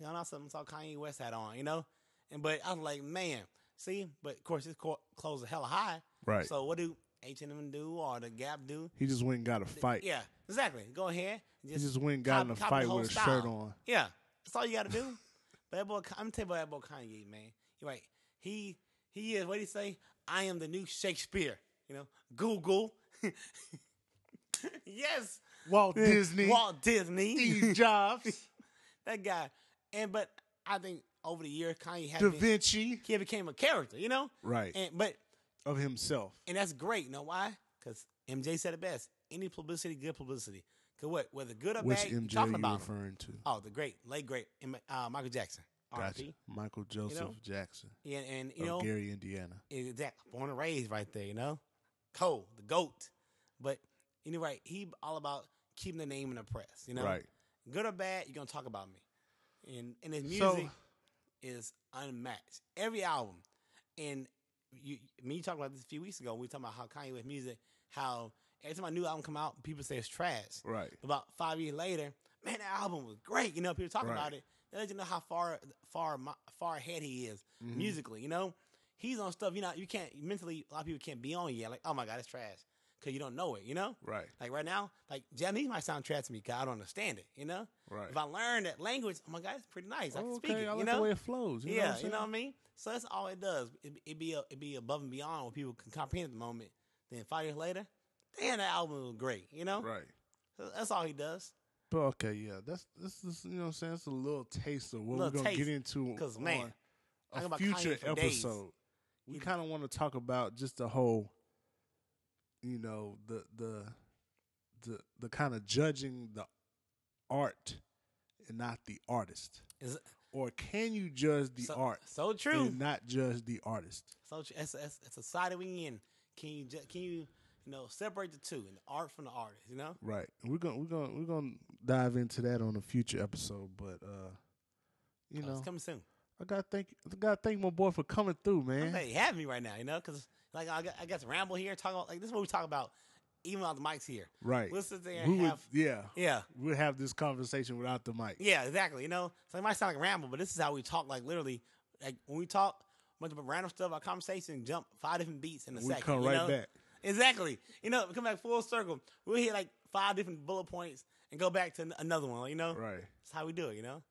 And I also saw Kanye West had on, you know, and but I was like, man, see, but of course his co- clothes are hella high.
Right.
So what do H and M do or the Gap do?
he just went and got a fight.
Yeah, exactly. Go ahead. and
He just went and got in a
Copy- copy
fight
the whole
with a shirt
style.
on.
yeah, that's all you got to do. but that boy, I'm telling you about that boy Kanye, man. You're right. He he is what he say. I am the new Shakespeare. You know, Google. yes,
Walt Disney,
Walt Disney,
Steve Jobs,
that guy. And but I think over the years, Kanye had
Da
been,
Vinci.
he became a character. You know,
Right.
and but
of himself.
And that's great. You know why? Because MJ said it best. Any publicity, good publicity. Cause what? Whether good or
Which
bad, you
MJ
talking
you
about. him.
referring to?
Oh, the great, late great, M- uh, Michael Jackson.
Gotcha.
RIP.
Michael Joseph Jackson
Yeah, and you
of
know,
Gary, Indiana.
exactly. Born and raised right there. You know, Cole, the goat. But anyway, he all about keeping the name in the press. You know,
Right.
Good or bad, you're gonna talk about me. And and his music
So-
is unmatched. Every album, and you, me talking about this a few weeks ago. We were talking about how Kanye with music, how every time a new album come out, people say it's trash.
Right.
About five years later, man, that album was great. You know, people talking
Right.
about it. That lets you know how far far mi- far ahead he is
Mm-hmm.
musically. You know, he's on stuff. You know, you can't mentally. A lot of people can't be on yet. Like, oh my god, it's trash. because you don't know it, you know?
Right.
Like right now, like Japanese might sound trash to me because I don't understand it, you know?
Right.
If I learn that language, oh my God, it's pretty nice. I can
Oh,
speak it,
I like
you know?
the way it flows. You know
yeah,
what I'm
you know what
saying?
I mean? So that's all it does. It, it be a, it be above and beyond what people can comprehend at the moment. Then five years later, damn, that album was great, you know?
Right.
So that's all he does.
But okay, yeah, that's this is you know what I'm saying. It's a little taste of what
Little
we're gonna
taste,
get into
'cause,
on
man, I can
a
talk about
future
Kanye for days.
episode. We
You-
kind of want to talk about just the whole, you know, the the the the kind of judging the art and not the artist,
Is
or can you judge the
so,
art
so true.
and not judge the artist?
So tr- it's, it's, it's a side we in. Can you ju- can you you know separate the two and the art from the artist? You know,
Right. And We're gonna we're gonna we're gonna dive into that on a future episode, but uh, you
Uh,
know,
it's coming soon.
I gotta thank I gotta thank my boy for coming through,
I'm
man.
glad you have me right now. You know, because like I got, I got to ramble here, talk about like this is what we talk about, even on the mics here.
Right.
We'll sit there
We
and
would-
have
yeah.
yeah.
We'll have this conversation without the mic.
Yeah, exactly. You know, so it might sound like a ramble, but this is how we talk. Like literally, like when we talk a bunch of random stuff, our conversation jump five different beats in a
we
second.
come
you
right
know?
back.
Exactly. You know, we come back full circle. We'll hit like five different bullet points and go back to an- another one. You know,
Right.
that's how we do it. You know,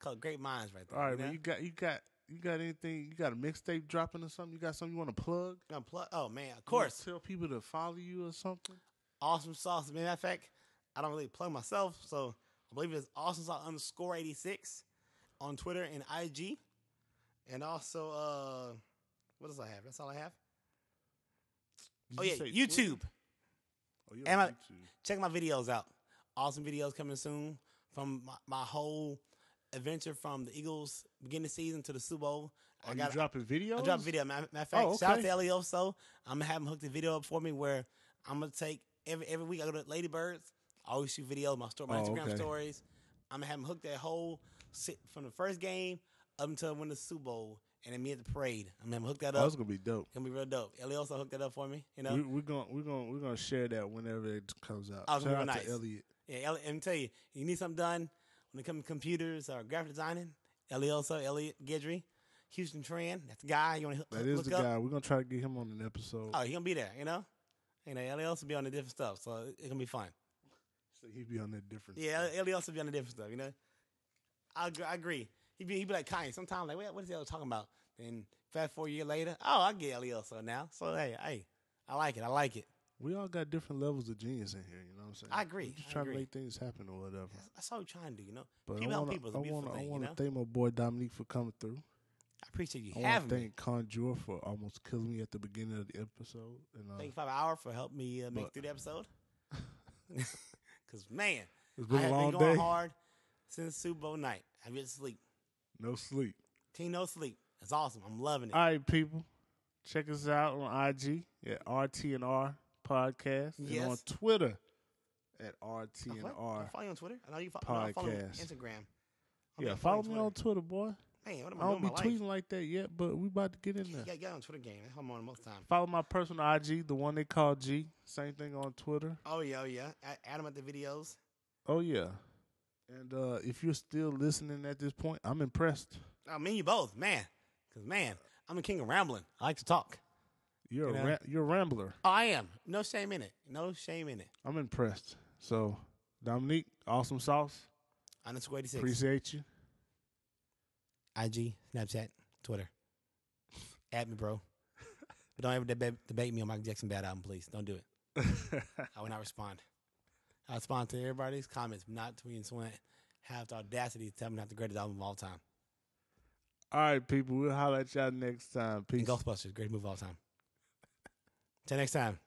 called great minds right there.
All right,
you know?
man. You got you got you got anything? You got a mixtape dropping or something? You got something you want to plug? Of
Gonna plug- Oh man, of course.
Tell people to follow you or something.
Awesome sauce. As a matter of fact, I don't really plug myself, so I believe it's awesome sauce underscore eighty six on Twitter and IG, and also uh, what does I have? That's all I have.
Did
Oh
you
yeah,
say
YouTube.
Twitter? Oh, you're
And
on
I-
YouTube.
Check my videos out. Awesome videos coming soon from my, my whole adventure from the Eagles beginning of season to the Super Bowl.
Are Oh, you dropping videos?
I dropped a video. Matter matter of fact,
Oh,
shout out
okay.
to Elioso. I'm gonna have him hook the video up for me where I'm gonna take every every week I go to Ladybirds. I always shoot videos, my story, my
Oh,
Instagram
okay.
stories. I'm gonna have him hook that whole sit from the first game up until when the Super Bowl and then me at the parade. I'm gonna have him hook that
Oh,
up.
it's gonna be dope.
gonna be real dope. Elioso hooked that up for me. You know,
We, we're gonna we're gonna we're gonna share that whenever it comes out.
Oh, it's
Shout
gonna
out
be
to
nice.
Elliot.
Yeah, Elliot, let me tell you, you need something done when it comes to computers or graphic designing. Elioso, Elliot Guidry, Houston Tran, that's the guy you want to
That is
look
the
up.
guy. We're gonna try to get him on an episode.
Oh, he gonna be there, you know. You know, Elioso be on the different stuff, so it- it's gonna be fun.
so he'd be on that different.
Yeah, Elioso be on the different stuff, you know. I agree. I agree. He be he be like Kanye. Sometimes like, "What- what is Elioso talking about? Then fast four year later, oh, I get Elioso now. So hey, hey, I like it. I like it.
We all got different levels of genius in here. You know what I'm saying?
I agree,
We're just
I
trying
agree.
to make things happen or whatever.
That's, that's all we're trying to do, you know.
But
people
I
help
wanna,
people. It's
I
a beautiful
wanna, I
thing, you
wanna
know.
thank my boy Dominique for coming through.
I appreciate you
I
having
want to
me.
thank Conjure for almost killing me at the beginning of the episode. And uh,
Thank you, Five Hour, for helping me uh, make
But-
it through the episode. Because, man,
it's been
I
a
have been
long
going
day.
hard since Super Bowl night. I've been asleep.
No sleep.
Team no sleep. That's awesome. I'm loving it.
All right, people, check us out on IG at RT and R Podcast
Yes.
and on Twitter at
Oh,
RT and
what? I
R.
follow you on Twitter. I know you fo- no, I follow you on
Podcast.
Instagram. I'm
Yeah,
not
follow
following
me on Twitter, boy.
Twitter. Man, what am
I
I,
don't
doing
be
with my life?
tweeting like that yet, but we about to get in there.
Yeah, yeah, on Twitter game. I'm on most of the time.
Follow my personal IG, the one they call G. Same thing on Twitter.
Oh, yeah, oh, yeah. A- Adam at the videos.
Oh yeah. And uh if you're still listening at this point, I'm impressed.
I mean, Oh, you both, man. Because, man, I'm a king of rambling. I like to talk.
You're
You
a
know?
ra- you're a rambler.
I am. No shame in it. No shame in it.
I'm impressed. So Dominique, awesome sauce.
Underscore 86.
Appreciate you.
IG, Snapchat, Twitter. Add me, bro. But don't ever deba- debate me on Michael Jackson bad album, please. Don't do it. I will not respond. I respond to everybody's comments, but not to me and someone that have the audacity to tell me not the greatest album of all time.
All right, people. We'll holler at y'all next time. Peace.
And Ghostbusters, greatest movie of all time. Till next time.